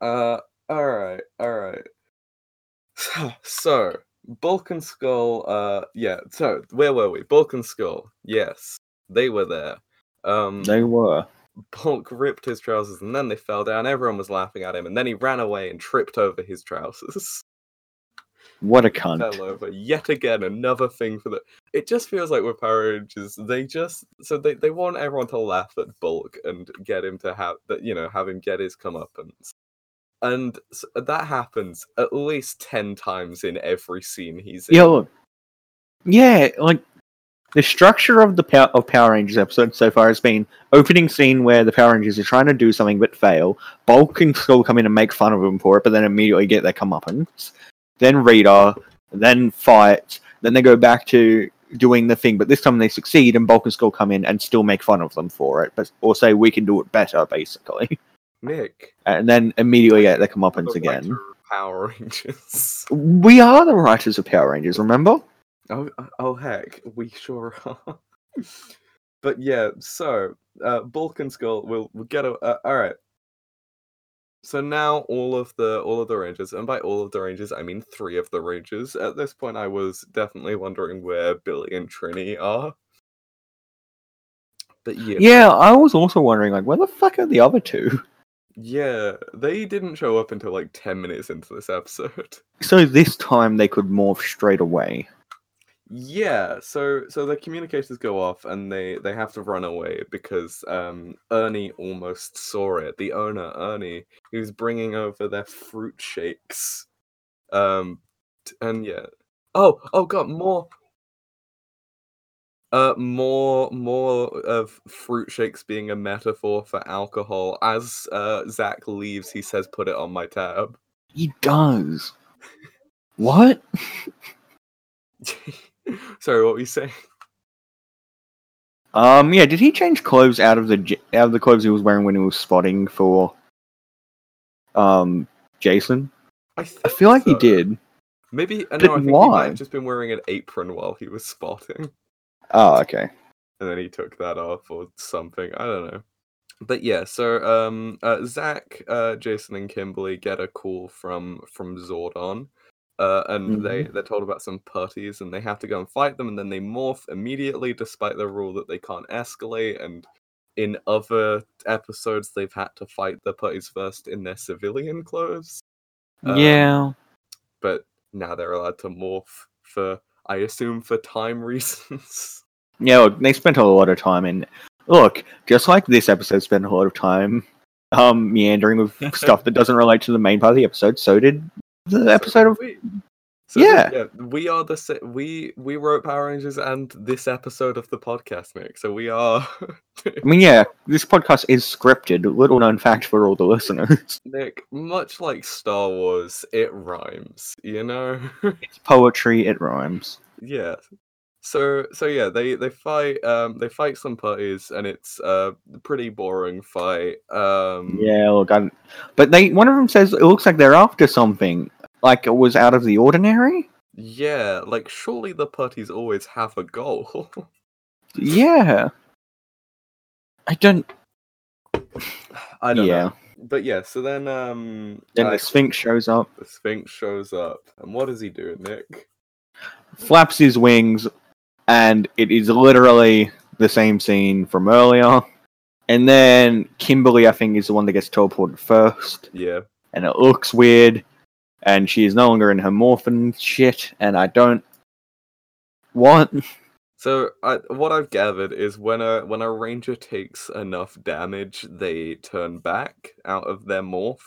Speaker 2: uh, all right, all right. So, Bulk and Skull, uh, yeah. So, where were we? Bulk and Skull, yes, they were there. Um,
Speaker 1: They were.
Speaker 2: Bulk ripped his trousers, and then they fell down. Everyone was laughing at him, and then he ran away and tripped over his trousers.
Speaker 1: What a cunt.
Speaker 2: fell over yet again. Another thing for the. It just feels like with Power Rangers, they just so they they want everyone to laugh at Bulk and get him to have that you know have him get his comeuppance. And s that happens at least ten times in every scene he's in.
Speaker 1: Yo, yeah, like the structure of the pow- of Power Rangers episode so far has been opening scene where the Power Rangers are trying to do something but fail. Bulk and Skull come in and make fun of them for it, but then immediately get their comeuppance. Then Rita, then fight, then they go back to doing the thing, but this time they succeed, and Bulk and Skull come in and still make fun of them for it, but or say we can do it better, basically,
Speaker 2: Nick,
Speaker 1: and then immediately get their
Speaker 2: the
Speaker 1: comeuppance again.
Speaker 2: writer of Power Rangers.
Speaker 1: We are the writers of Power Rangers, remember?
Speaker 2: Oh, uh, oh heck, we sure are. but yeah, so uh, Balkan Skull will will get a, uh, all right. So now all of the all of the rangers, and by all of the rangers, I mean three of the rangers. At this point, I was definitely wondering where Billy and Trini are. But yeah,
Speaker 1: Yeah, I was also wondering, like, where the fuck are the other two?
Speaker 2: yeah, they didn't show up until like ten minutes into this episode.
Speaker 1: So this time they could morph straight away.
Speaker 2: Yeah, so so the communicators go off and they they have to run away because um Ernie almost saw it. The owner Ernie, who's bringing over their fruit shakes, um, t- and yeah. Oh oh god, more Uh, more more of fruit shakes being a metaphor for alcohol. As uh, Zach leaves, he says, "Put it on my tab."
Speaker 1: He does. What?
Speaker 2: Sorry, what were you saying?
Speaker 1: Um. Yeah. Did he change clothes out of the j- out of the clothes he was wearing when he was spotting for um Jason?
Speaker 2: I,
Speaker 1: I feel like he
Speaker 2: so.
Speaker 1: did.
Speaker 2: Maybe uh,
Speaker 1: But
Speaker 2: no, I think he might
Speaker 1: why?
Speaker 2: have just been wearing an apron while he was spotting,
Speaker 1: Oh, okay.
Speaker 2: and then he took that off or something. I don't know. But yeah, so um, uh, Zach, uh, Jason, and Kimberly get a call from from Zordon, uh, and they they're told about some putties, and they have to go and fight them, and then they morph immediately, despite the rule that they can't escalate. And in other episodes, they've had to fight the putties first in their civilian clothes.
Speaker 1: Uh,
Speaker 2: Um,
Speaker 1: yeah.
Speaker 2: but now they're allowed to morph for I assume for time reasons.
Speaker 1: Yeah. Look, they spent a lot of time in. Look, just like this episode spent a lot of time um meandering with stuff that doesn't relate to the main part of the episode. So did the episode of
Speaker 2: we, so yeah.
Speaker 1: Yeah.
Speaker 2: yeah, we are the sa- we we wrote Power Rangers and this episode of the podcast Nick. So we are
Speaker 1: I mean, yeah, this podcast is scripted. Little known fact for all the listeners.
Speaker 2: Nick much like Star Wars. It rhymes, you know.
Speaker 1: It's poetry, it rhymes.
Speaker 2: yeah. So so yeah, they they fight um they fight some putties and it's uh, a pretty boring fight. Um
Speaker 1: Yeah, look, I, but they one of them says it looks like they're after something, like it was out of the ordinary.
Speaker 2: Yeah, like surely the putties always have a goal.
Speaker 1: Yeah, I don't.
Speaker 2: I don't
Speaker 1: yeah,
Speaker 2: know. But yeah, so then um
Speaker 1: then
Speaker 2: uh,
Speaker 1: the Sphinx shows up,
Speaker 2: the Sphinx shows up. And what does he do, Nick?
Speaker 1: flaps his wings, and it is literally the same scene from earlier. And then Kimberly, I think, is the one that gets teleported first.
Speaker 2: Yeah.
Speaker 1: and it looks weird, and she is no longer in her morphin shit, and I don't want.
Speaker 2: So I, what I've gathered is when a when a ranger takes enough damage, they turn back out of their morph.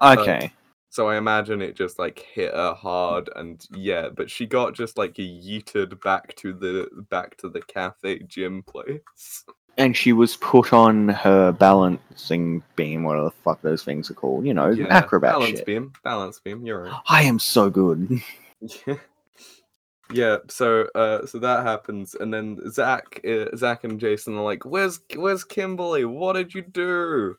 Speaker 1: Okay,
Speaker 2: So I imagine it just like hit her hard and yeah, but she got just like yeeted back to the back to the cafe gym place.
Speaker 1: and she was put on her balancing beam, whatever the fuck those things are called. You know,
Speaker 2: Yeah,
Speaker 1: Oh, acrobat
Speaker 2: balance
Speaker 1: shit.
Speaker 2: beam, balance beam, you're right.
Speaker 1: I am so good.
Speaker 2: Yeah. Yeah, so uh so that happens and then Zach uh, Zach and Jason are like, "Where's where's Kimberly? What did you do?"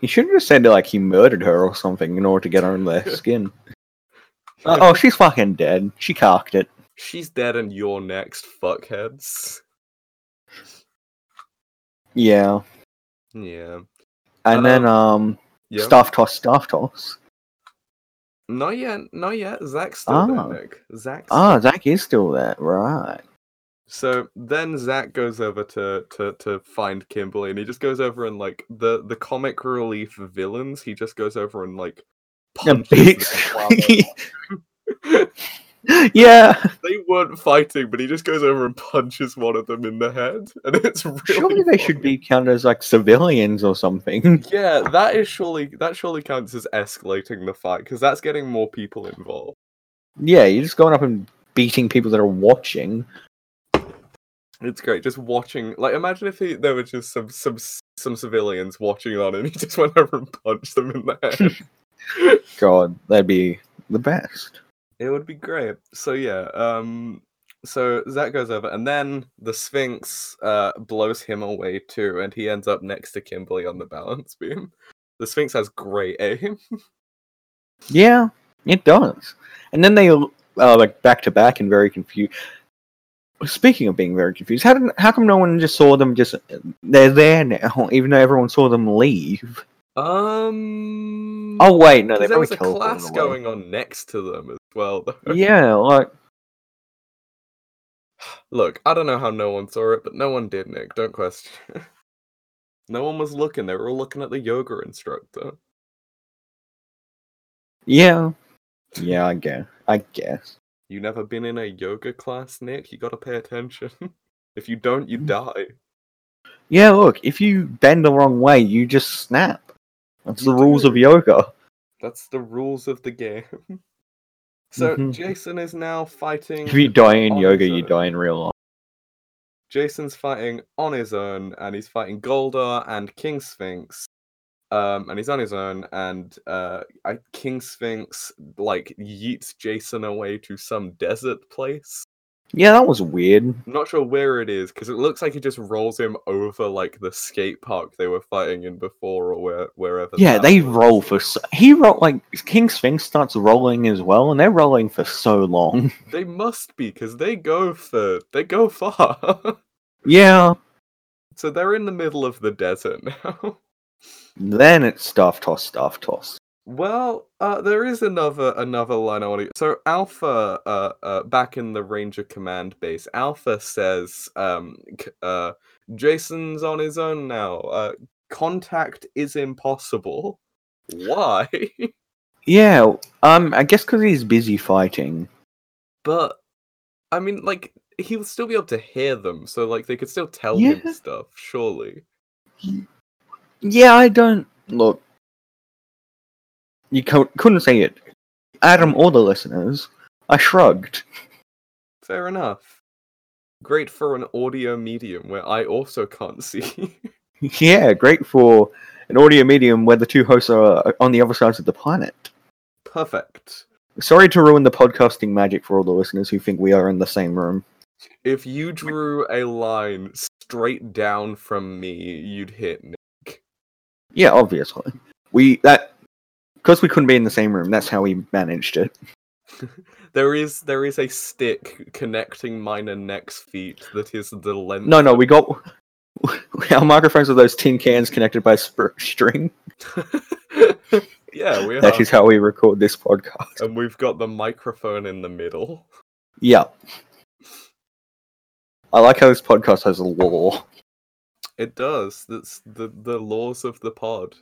Speaker 1: He should have just said like he murdered her or something in order to get under their skin. Uh, oh, she's fucking dead. She carked it.
Speaker 2: She's dead and you're next, fuckheads.
Speaker 1: Yeah,
Speaker 2: Yeah.
Speaker 1: and then um,
Speaker 2: Yeah.
Speaker 1: staff toss, staff toss.
Speaker 2: Not yet, not yet. Zach's still
Speaker 1: Ah.
Speaker 2: there, Nick. Zach's
Speaker 1: Ah, Zach is still there, right?
Speaker 2: So then Zach goes over to to to find Kimberly, and he just goes over and like the the comic relief villains. He just goes over and like
Speaker 1: A
Speaker 2: punches
Speaker 1: big
Speaker 2: them while they're-
Speaker 1: yeah.
Speaker 2: they weren't fighting, but he just goes over and punches one of them in the head, and it's really
Speaker 1: Surely they should
Speaker 2: funny.
Speaker 1: be counted as like civilians or something.
Speaker 2: Yeah, that is surely that surely counts as escalating the fight because that's getting more people involved.
Speaker 1: yeah, you're just going up and beating people that are watching.
Speaker 2: It's great just watching. Like, imagine if he, there were just some some s- some civilians watching on, and he just went over and punched them in the head.
Speaker 1: God, that'd be the best.
Speaker 2: It would be great. So yeah, um so Zach goes over and then the Sphinx uh blows him away too, and he ends up next to Kimberly on the balance beam. The Sphinx has great aim.
Speaker 1: Yeah, it does. And then they uh, like back to back and very confused. Speaking of being very confused, how did how come no one just saw them? Just they're there now, even though everyone saw them
Speaker 2: Mm.
Speaker 1: leave.
Speaker 2: Um
Speaker 1: Oh wait, no,
Speaker 2: 'cause
Speaker 1: they
Speaker 2: there was
Speaker 1: probably
Speaker 2: a
Speaker 1: teleported
Speaker 2: class
Speaker 1: away.
Speaker 2: going on next to them as well. though.
Speaker 1: Yeah, like
Speaker 2: Look, I don't know how no one saw it, but no one did, Nick. Don't question. it. no one was looking. They were all looking at the yoga instructor.
Speaker 1: yeah, yeah. I guess. I guess.
Speaker 2: You never been in a yoga class, Nick? You gotta pay attention. if you don't, you
Speaker 1: Mm.
Speaker 2: die.
Speaker 1: Yeah, look, if you bend the wrong way, you just snap. That's
Speaker 2: You
Speaker 1: the rules
Speaker 2: do.
Speaker 1: of yoga.
Speaker 2: That's the rules of the game. So
Speaker 1: Mhm.
Speaker 2: Jason is now fighting.
Speaker 1: If you die in
Speaker 2: on
Speaker 1: yoga,
Speaker 2: his
Speaker 1: you
Speaker 2: own.
Speaker 1: die in real life.
Speaker 2: Jason's fighting on his own, and he's fighting Goldar and King Sphinx. Um, and he's on his own, and uh, I, King Sphinx like yeets Jason away to some desert place.
Speaker 1: Yeah, that was weird.
Speaker 2: I'm not sure where it is because it looks like he just rolls him over like the skate park they were fighting in before, or where wherever.
Speaker 1: Yeah,
Speaker 2: that
Speaker 1: they
Speaker 2: was.
Speaker 1: roll for so, he roll like King Sphinx starts rolling as well, and they're rolling for so long.
Speaker 2: They must be because they go for they go far.
Speaker 1: yeah,
Speaker 2: so they're in the middle of the desert now.
Speaker 1: then it's staff toss, staff toss.
Speaker 2: Well, uh, there is another another line I want to. So Alpha, uh, uh, back in the Ranger Command base, Alpha says, um, c- uh, "Jason's on his own now. Uh, contact is impossible. Why?"
Speaker 1: Yeah, um, I guess because he's busy fighting.
Speaker 2: but I mean, like he'll still be able to hear them, so like they could still tell
Speaker 1: Yeah.
Speaker 2: him stuff. Surely,
Speaker 1: Yeah, I don't look. You co- couldn't say it, Adam or the listeners. I shrugged.
Speaker 2: fair enough. Great for an audio medium where I also can't see.
Speaker 1: yeah, great for an audio medium where the two hosts are uh, on the other sides of the planet.
Speaker 2: Perfect.
Speaker 1: Sorry to ruin the podcasting magic for all the listeners who think we are in the same room.
Speaker 2: If you drew a line straight down from me, you'd hit me.
Speaker 1: Yeah, obviously. We that because we couldn't be in the same room. That's how we managed it.
Speaker 2: There is there is a stick connecting mine and Neck's feet that is the length.
Speaker 1: No, no, we got our microphones are those tin cans connected by spr- string.
Speaker 2: yeah, we are.
Speaker 1: That is how we record this podcast.
Speaker 2: And we've got the microphone in the middle.
Speaker 1: Yeah. I like how this podcast has a law.
Speaker 2: It does. That's the the laws of the pod.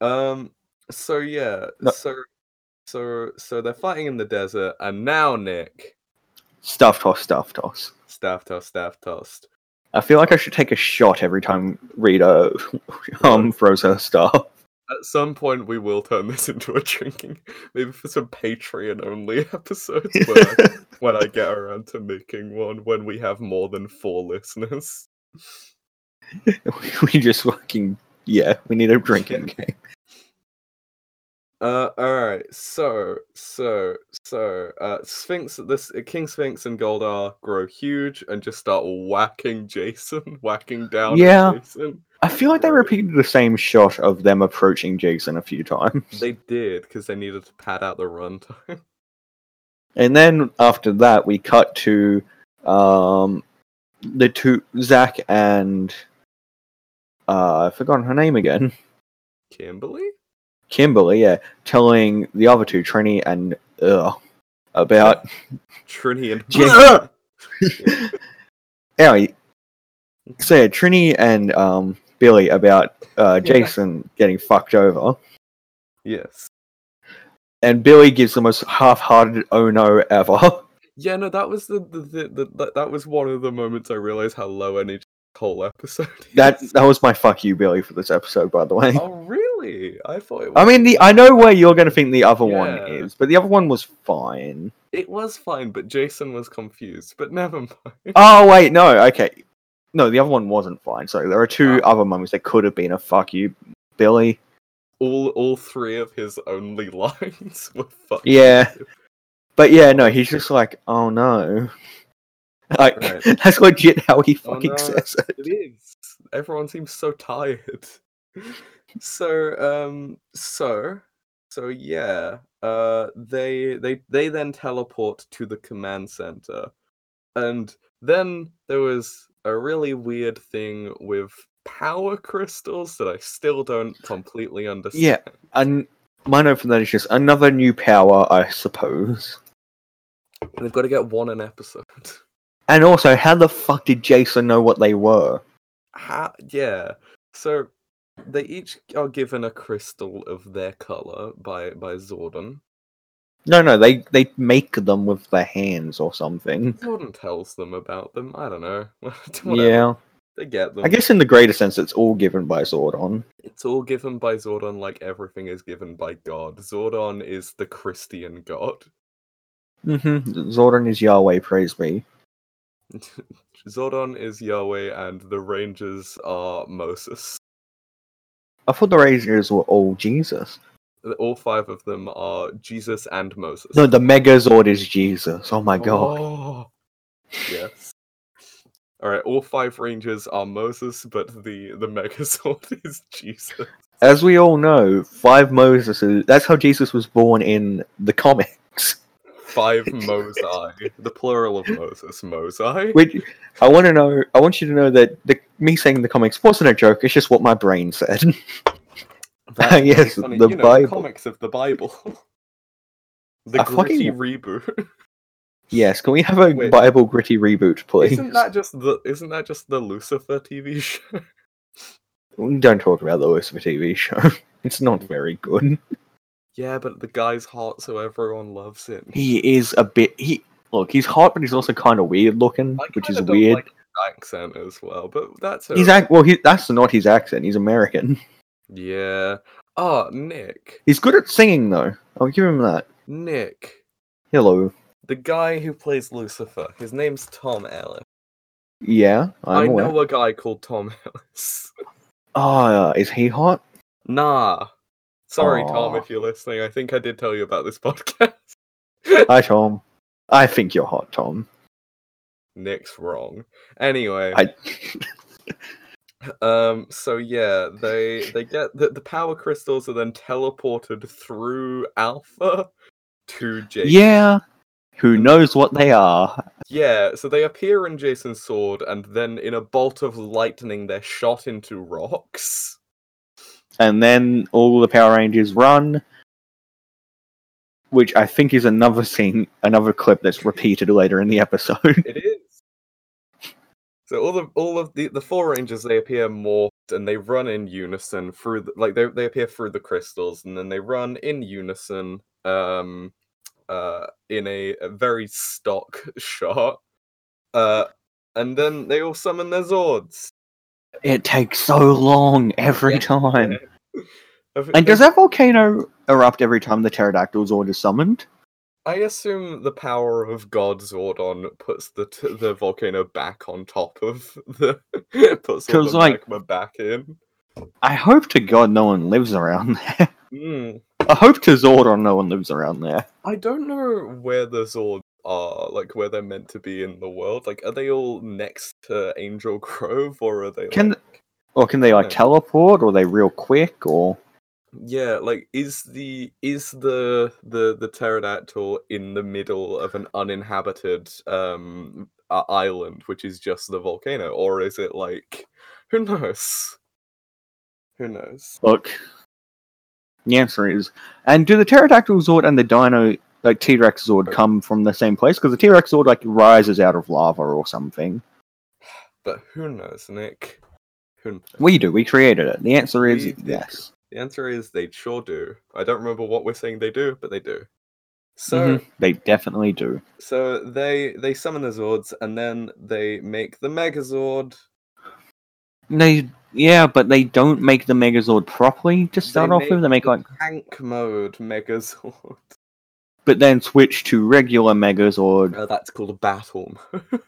Speaker 2: Um. So yeah.
Speaker 1: No.
Speaker 2: So so so they're fighting in the desert, and now Nick,
Speaker 1: Stuff toss, stuff toss.
Speaker 2: staff toss, staff tossed.
Speaker 1: I feel like I should take a shot every time Rita um throws her stuff.
Speaker 2: At some point, we will turn this into a drinking, maybe for some Patreon only episodes when, I, when I get around to making one when we have more than four listeners.
Speaker 1: we just fucking yeah. We need a drinking game.
Speaker 2: Uh, all right. So, so, so, uh, Sphinx, this uh, King Sphinx and Goldar grow huge and just start whacking Jason, whacking down. at
Speaker 1: Yeah.
Speaker 2: Jason.
Speaker 1: I feel like they
Speaker 2: Right.
Speaker 1: repeated the same shot of them approaching Jason a few times.
Speaker 2: They did because they needed to pad out the runtime.
Speaker 1: And then after that, we cut to um, the two Zach and uh, I've forgotten her name again,
Speaker 2: Kimberly.
Speaker 1: Kimberly. Yeah, telling the other two, Trini and ugh, about
Speaker 2: Trini and
Speaker 1: Jason. oh, so yeah, Trini and um, Billy about uh,
Speaker 2: Yeah.
Speaker 1: Jason getting fucked over,
Speaker 2: yes.
Speaker 1: and Billy gives the most half-hearted "Oh no" ever.
Speaker 2: Yeah, no, that was the, the, the, the that, that was one of the moments I realized how low energy this whole episode.
Speaker 1: That
Speaker 2: is.
Speaker 1: that was my fuck you, Billy, for this episode, by the way.
Speaker 2: Oh really? I thought it was.
Speaker 1: I mean, the I know where you're going to think the other one
Speaker 2: Yeah.
Speaker 1: is, but the other one was fine.
Speaker 2: it was fine, but Jason was confused. But never mind.
Speaker 1: Oh wait, no, okay, no, the other one wasn't fine. So there are two
Speaker 2: Oh.
Speaker 1: other moments that could have been a fuck you, Billy.
Speaker 2: all all three of his only lines were fucking.
Speaker 1: Yeah. But yeah, no, he's just like, oh no, like
Speaker 2: Right.
Speaker 1: that's legit how he
Speaker 2: Oh,
Speaker 1: fucking
Speaker 2: no.
Speaker 1: says it.
Speaker 2: It is. Everyone seems so tired. So um so so yeah. Uh they they they then teleport to the command center. And then there was a really weird thing with power crystals that I still don't completely understand.
Speaker 1: Yeah, and my note from that is just another new power, I suppose.
Speaker 2: They've got to get one an episode.
Speaker 1: And also, how the fuck did Jason know what they were?
Speaker 2: How, yeah. So they each are given a crystal of their color by by Zordon.
Speaker 1: No, no, they they make them with their hands or something.
Speaker 2: Zordon tells them about them. I don't know. Whatever.
Speaker 1: Yeah,
Speaker 2: They get them.
Speaker 1: I guess in the greater sense, it's all given by Zordon.
Speaker 2: it's all given by Zordon, like everything is given by God. Zordon is the Christian God.
Speaker 1: Mm-hmm. Zordon is Yahweh, praise me.
Speaker 2: Zordon is Yahweh, and the Rangers are Moses.
Speaker 1: I thought the Rangers were all Jesus.
Speaker 2: All five of them are Jesus and Moses.
Speaker 1: No, the Megazord is Jesus. Oh my god.
Speaker 2: Oh, yes. All right, all five Rangers are Moses, but the the Megazord is Jesus.
Speaker 1: As we all know, five Moseses. That's how Jesus was born in the comics.
Speaker 2: Five Mosai, the plural of Moses, Mosai.
Speaker 1: Which I want to know. I want you to know that the, me saying the comics wasn't a joke. It's just what my brain said.
Speaker 2: That's
Speaker 1: yes,
Speaker 2: funny,
Speaker 1: the
Speaker 2: you know,
Speaker 1: Bible.
Speaker 2: comics of the Bible. The
Speaker 1: I fucking-
Speaker 2: gritty reboot.
Speaker 1: Yes, can we have a
Speaker 2: Wait.
Speaker 1: Bible gritty reboot, please?
Speaker 2: Isn't that just the isn't that just the Lucifer TV show?
Speaker 1: Don't talk about the Lucifer TV show. It's not very good.
Speaker 2: Yeah, but the guy's hot, so everyone loves him.
Speaker 1: He is a bit. He look. He's hot, but he's also kind of weird looking,
Speaker 2: I
Speaker 1: which
Speaker 2: kinda
Speaker 1: is
Speaker 2: don't
Speaker 1: weird.
Speaker 2: Like his accent as well, but that's
Speaker 1: he's
Speaker 2: alright.
Speaker 1: ac- well. He, that's not his accent. He's American.
Speaker 2: yeah. Oh, Nick,
Speaker 1: He's good at singing though. I'll give him that.
Speaker 2: Nick,
Speaker 1: Hello.
Speaker 2: the guy who plays Lucifer. His name's Tom Ellis.
Speaker 1: Yeah, I'm
Speaker 2: I
Speaker 1: aware.
Speaker 2: know a guy called Tom Ellis.
Speaker 1: Ah, is he hot?
Speaker 2: Nah. Ah, Sorry, Tom,
Speaker 1: Aw.
Speaker 2: if you're listening. I think I did tell you about this podcast.
Speaker 1: Hi, Tom. I think you're hot, Tom.
Speaker 2: Nick's wrong. Anyway,
Speaker 1: I.
Speaker 2: um, so yeah, they they get the, the power crystals are then teleported through Alpha to Jason.
Speaker 1: yeah. Who knows what they are?
Speaker 2: Yeah, so they appear in Jason's sword, and then in a bolt of lightning, they're shot into rocks.
Speaker 1: And then all the Power Rangers run, which I think is another scene, another clip that's repeated later in the episode.
Speaker 2: It is. So all the all of the the four rangers they appear morphed and they run in unison through the, like they they appear through the crystals and then they run in unison um uh in a, a very stock shot uh and then they all summon their zords.
Speaker 1: it takes so long every
Speaker 2: Yeah.
Speaker 1: time.
Speaker 2: I thi-
Speaker 1: And does
Speaker 2: I-
Speaker 1: that volcano erupt every time the pterodactyl Zord is summoned?
Speaker 2: I assume the power of God Zordon puts the t- the volcano back on top of the puts all
Speaker 1: 'Cause,
Speaker 2: the
Speaker 1: like-
Speaker 2: magma back in.
Speaker 1: I hope to God no one lives around there.
Speaker 2: Mm.
Speaker 1: I hope to Zordon no one lives around there.
Speaker 2: I don't know where the Zords are, like where they're meant to be in the world. Like, are they all next to Angel Grove, or are they?
Speaker 1: Can-
Speaker 2: like-
Speaker 1: Or can they like
Speaker 2: No.
Speaker 1: teleport? Or are they real quick? Or
Speaker 2: yeah, like is the is the the the pterodactyl in the middle of an uninhabited um uh, island, which is just the volcano, or is it like who knows? Who knows?
Speaker 1: look, the answer is. And do the pterodactyl Zord and the Dino like T Rex Zord come from the same place? Because the T Rex Zord like rises out of lava or something.
Speaker 2: But who knows, Nick? Who knows?
Speaker 1: We do. We created it. The answer is
Speaker 2: We did.
Speaker 1: yes.
Speaker 2: The answer is they sure do. I don't remember what we're saying they do, but they do. So
Speaker 1: Mhm. They definitely do.
Speaker 2: so they they summon the Zords and then they make the Megazord.
Speaker 1: They yeah, but they don't make the Megazord properly to start
Speaker 2: They
Speaker 1: off with. They make
Speaker 2: the
Speaker 1: like,
Speaker 2: tank mode Megazord.
Speaker 1: but then switch to regular Megazord,
Speaker 2: Oh, that's called battle mode.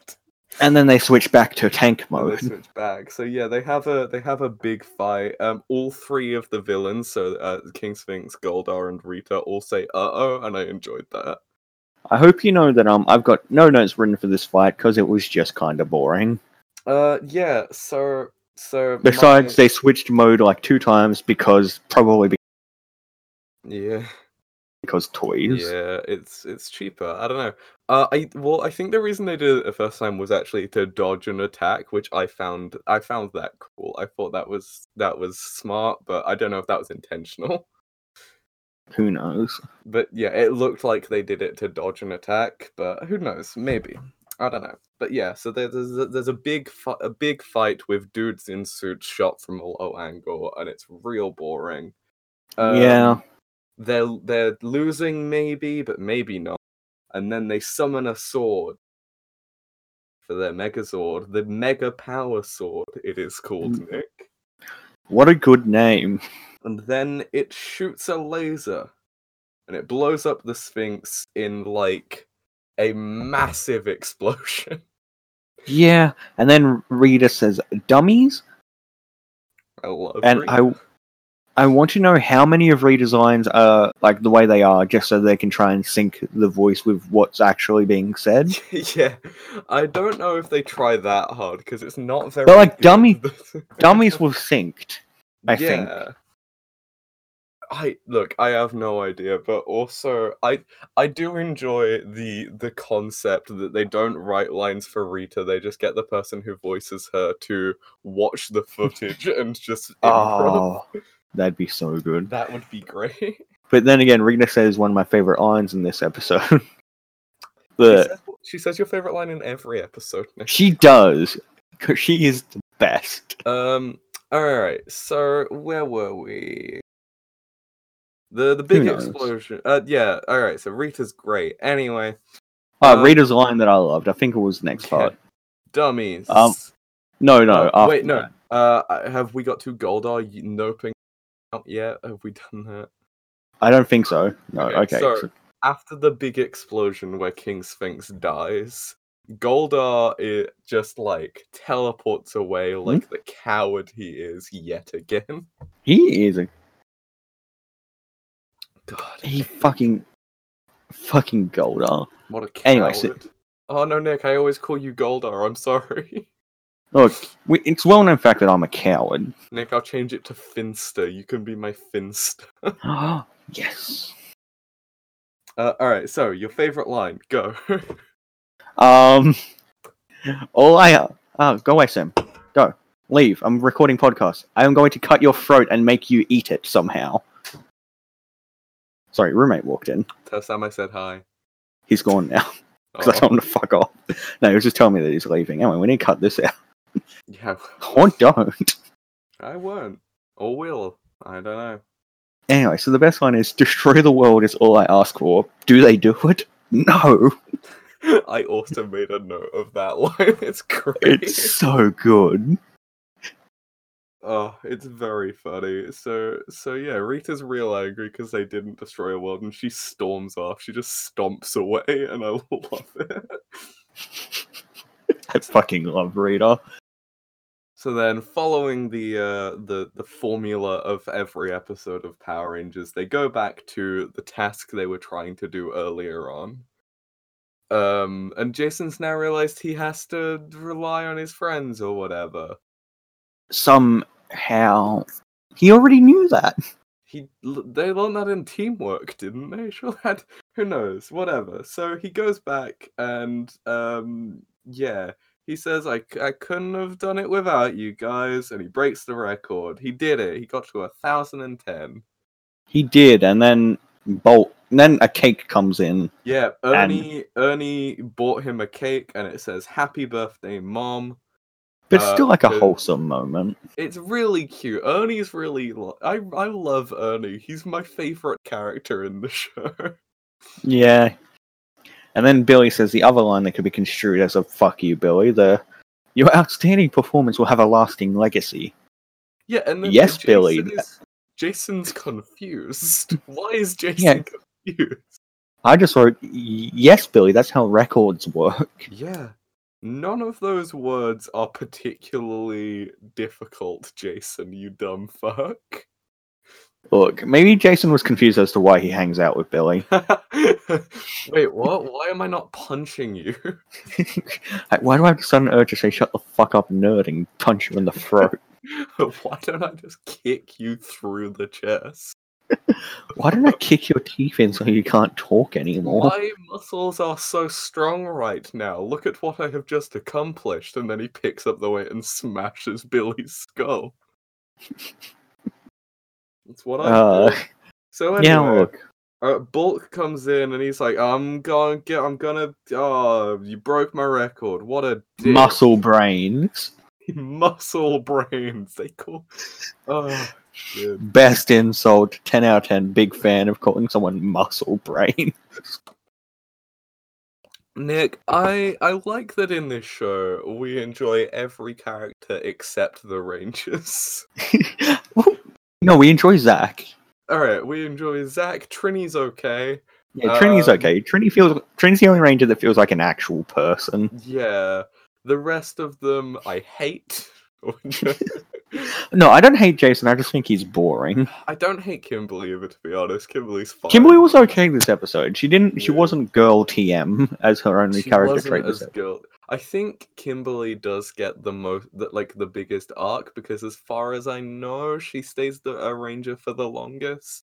Speaker 1: and then they switch back to tank
Speaker 2: And Oh, they
Speaker 1: mode.
Speaker 2: switch back. So yeah, they have a they have a big fight. Um, all three of the villains, so uh, King Sphinx, Goldar, and Rita, all say "uh oh," and I enjoyed that.
Speaker 1: I hope you know that um I've got no notes written for this fight because it was just kind of boring.
Speaker 2: Uh, yeah. So so my-
Speaker 1: Besides, they switched mode like two times because probably be-
Speaker 2: yeah.
Speaker 1: because toys.
Speaker 2: Yeah, it's it's cheaper. I don't know. Uh, I well, I think the reason they did it the first time was actually to dodge an attack, which I found I found that cool. I thought that was that was smart, but I don't know if that was intentional.
Speaker 1: Who knows?
Speaker 2: But yeah, it looked like they did it to dodge an attack, but who knows? Maybe I don't know. But yeah, so there- there's a, there's a big fi- a big fight with dudes in suits shot from a low angle, and it's real boring. Um,
Speaker 1: yeah,
Speaker 2: they're they're losing maybe, but maybe not. And then they summon a sword for their Megazord, the Mega Power Sword. It is
Speaker 1: Mm.
Speaker 2: called Nick.
Speaker 1: what a good name.
Speaker 2: And then it shoots a laser, and it blows up the Sphinx in like a massive explosion.
Speaker 1: Yeah, and then Rita says, "Dummies,"
Speaker 2: I love
Speaker 1: and
Speaker 2: Rita.
Speaker 1: I, I want to know how many of Rita's lines are like the way they are, just so they can try and sync the voice with what's actually being said.
Speaker 2: yeah, I don't know if they try that hard because it's not very.
Speaker 1: like,
Speaker 2: good.
Speaker 1: dummy- Dummies were synced. I think.
Speaker 2: I look, I have no idea, but also I I do enjoy the the concept that they don't write lines for Rita, they just get the person who voices her to watch the footage and just improv.
Speaker 1: Oh, that'd be so good.
Speaker 2: That would be great.
Speaker 1: But then again, Rita says one of my favorite lines in this episode.
Speaker 2: She
Speaker 1: the
Speaker 2: says, she says your favorite line in every episode. now.
Speaker 1: she does because she is the best.
Speaker 2: Um. All right. So where were we? The the big
Speaker 1: knows?
Speaker 2: explosion. Uh. Yeah. All right. So Rita's great. Anyway,
Speaker 1: Uh,
Speaker 2: Uh,
Speaker 1: Rita's line that I loved. I think it was the next
Speaker 2: okay.
Speaker 1: part.
Speaker 2: dummies.
Speaker 1: Um, No, no.
Speaker 2: Oh,
Speaker 1: after
Speaker 2: wait. No.
Speaker 1: that.
Speaker 2: Uh. I- Have we got to Goldar y- noping out yet? Have we done that?
Speaker 1: I don't think so. No.
Speaker 2: Okay,
Speaker 1: Okay.
Speaker 2: so-
Speaker 1: so-
Speaker 2: After the big explosion where King Sphinx dies, Goldar it just like teleports away
Speaker 1: Hmm?
Speaker 2: like the coward he is yet again.
Speaker 1: he is a
Speaker 2: God.
Speaker 1: he fucking fucking Goldar.
Speaker 2: What a coward.
Speaker 1: Anyway, so-
Speaker 2: Oh no, Nick, I always call you Goldar. I'm sorry.
Speaker 1: Look, we, it's well known fact that I'm a coward.
Speaker 2: Nick, I'll change it to Finster. You can be my Finster.
Speaker 1: yes.
Speaker 2: Uh, all right, so your favorite line, go.
Speaker 1: Um. All I uh, go away, Sam. Go. Leave. I'm recording podcast. I am going to cut your throat and make you eat it somehow. Sorry, roommate walked in.
Speaker 2: Tell Sam I said hi.
Speaker 1: He's gone now because I
Speaker 2: Oh,
Speaker 1: told him to fuck off. No, he was just telling me that he's leaving. Anyway, we need to cut this out.
Speaker 2: yeah,
Speaker 1: Or don't.
Speaker 2: I won't or will. I don't know.
Speaker 1: Anyway, so the best line is destroy the world is all I ask for. Do they do it? No.
Speaker 2: I also made a note of that line. It's great.
Speaker 1: It's so good.
Speaker 2: Oh, it's very funny. So, so yeah, Rita's real angry because they didn't destroy a world, and she storms off. She just stomps away, and I love it.
Speaker 1: I fucking love Rita.
Speaker 2: So then, following the uh, the the formula of every episode of Power Rangers, they go back to the task they were trying to do earlier on. Um, and Jason's now realized he has to rely on his friends or whatever.
Speaker 1: Somehow, he already knew that.
Speaker 2: He l- they learned that in teamwork, didn't they? Sure, that who knows, whatever. So he goes back and um, yeah, he says I c- I couldn't have done it without you guys, and he breaks the record. He did it. He got to a thousand and ten.
Speaker 1: He did, and then Bolt. And then a cake comes in.
Speaker 2: Yeah,
Speaker 1: And-
Speaker 2: Ernie Ernie bought him a cake and it says happy birthday mom.
Speaker 1: But it's
Speaker 2: Uh,
Speaker 1: still like a
Speaker 2: the-
Speaker 1: wholesome moment.
Speaker 2: It's really cute. Ernie's really lo- I I love Ernie. He's my favorite character in the show.
Speaker 1: Yeah. And then Billy says the other line that could be construed as a fuck you, Billy. The your outstanding performance will have a lasting legacy.
Speaker 2: yeah, and then
Speaker 1: Yes, Billy,
Speaker 2: Jason
Speaker 1: th-
Speaker 2: is- Jason's confused. Why is Jason
Speaker 1: Yeah.
Speaker 2: confused?
Speaker 1: I just wrote, "Y- yes, Billy, that's how records work.
Speaker 2: Yeah. None of those words are particularly difficult, Jason, you dumb fuck.
Speaker 1: Look, maybe Jason was confused as to why he hangs out with Billy.
Speaker 2: Wait, what? Why am I not punching you?
Speaker 1: Like, Why do I have a sudden urge to say, shut the fuck up, nerd, and punch you in the throat?
Speaker 2: Why don't I just kick you through the chest?
Speaker 1: Why don't I kick your teeth in so you can't talk anymore?
Speaker 2: My muscles are so strong right now. Look at what I have just accomplished. And then he picks up the weight and smashes Billy's skull. That's what I
Speaker 1: Uh,
Speaker 2: do. So anyway,
Speaker 1: yeah, look.
Speaker 2: uh, Bulk comes in and he's like, "I'm gonna get. I'm gonna. Oh, you broke my record. What a dick.
Speaker 1: muscle brains
Speaker 2: muscle brains. They call. Oh, dude.
Speaker 1: best insult 10 out of 10 big fan of calling someone muscle brain
Speaker 2: Nick, I I like that in this show we enjoy every character except the Rangers.
Speaker 1: no we enjoy zach
Speaker 2: All right, we enjoy Zach. Trini's okay.
Speaker 1: Yeah, Trini's
Speaker 2: Um,
Speaker 1: okay. Trini feels Trini's the only ranger that feels like an actual person.
Speaker 2: Yeah. The rest of them I hate.
Speaker 1: No, I don't hate Jason. I just think he's boring.
Speaker 2: I don't hate Kimberly either, to be honest. Kimberly's fine.
Speaker 1: Kimberly was okay this episode. She didn't. She
Speaker 2: Yeah.
Speaker 1: wasn't girl TM as her only
Speaker 2: She
Speaker 1: character
Speaker 2: wasn't
Speaker 1: trait.
Speaker 2: as
Speaker 1: This
Speaker 2: good. I think Kimberly does get the most, the, like the biggest arc because, as far as I know, she stays the a ranger for the longest.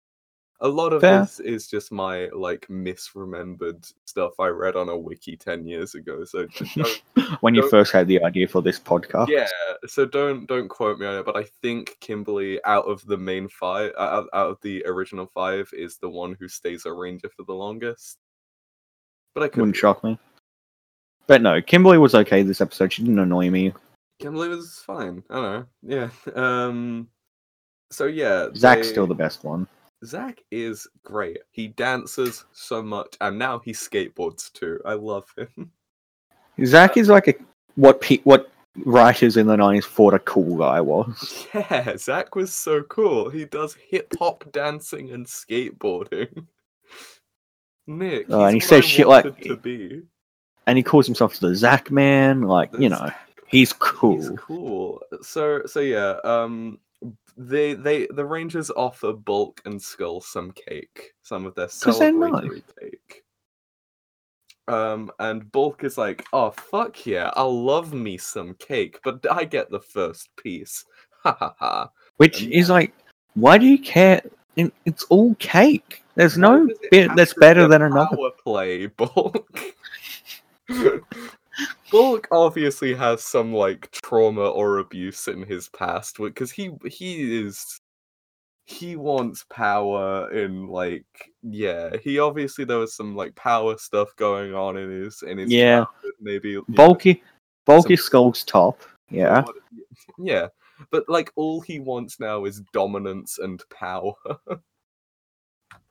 Speaker 2: A lot of
Speaker 1: Fair.
Speaker 2: this is just my like misremembered stuff I read on a wiki ten years ago. So just don't
Speaker 1: episode, when you
Speaker 2: Don't-
Speaker 1: first had the idea for this podcast,
Speaker 2: yeah so don't don't quote me on it but i think kimberly out of the main five out, out of the original five is the one who stays a ranger for the longest but i could
Speaker 1: wouldn't
Speaker 2: be-
Speaker 1: shock me. But no, Kimberly was okay this episode. She didn't annoy me.
Speaker 2: kimberly was fine i don't know yeah um so yeah
Speaker 1: Zach's still the
Speaker 2: they-
Speaker 1: best one.
Speaker 2: zach is great he dances so much and now he skateboards too i love him
Speaker 1: Zach is like a what pe- what writers in the nineties thought a cool guy was.
Speaker 2: yeah zach was so cool he does hip-hop dancing and skateboarding Nick,
Speaker 1: Oh, and
Speaker 2: he's
Speaker 1: he
Speaker 2: what I
Speaker 1: says shit like-
Speaker 2: wanted to be.
Speaker 1: and he calls himself the Zach Man. Like you
Speaker 2: That's-
Speaker 1: know, he's cool.
Speaker 2: He's cool. So so yeah, um they they the Rangers offer Bulk and Skull some cake, some of their
Speaker 1: 'Cause they're nice.
Speaker 2: celebratory cake. Um and Bulk is like, "Oh fuck yeah, I'll love me some cake, but I get the first piece." Ha ha ha.
Speaker 1: Which
Speaker 2: and
Speaker 1: is
Speaker 2: yeah.
Speaker 1: like, why do you care? It- It's all cake. There's no
Speaker 2: Because it
Speaker 1: bit that's
Speaker 2: captures
Speaker 1: better
Speaker 2: the
Speaker 1: than another.
Speaker 2: Power play, Bulk. Bulk obviously has some like trauma or abuse in his past because he he is he wants power in like yeah he obviously there was some like power stuff going on in his in his
Speaker 1: Yeah.
Speaker 2: childhood, maybe you know,
Speaker 1: Bulky, bulky
Speaker 2: Some-
Speaker 1: skull's top. Yeah,
Speaker 2: what- yeah but like all he wants now is dominance and power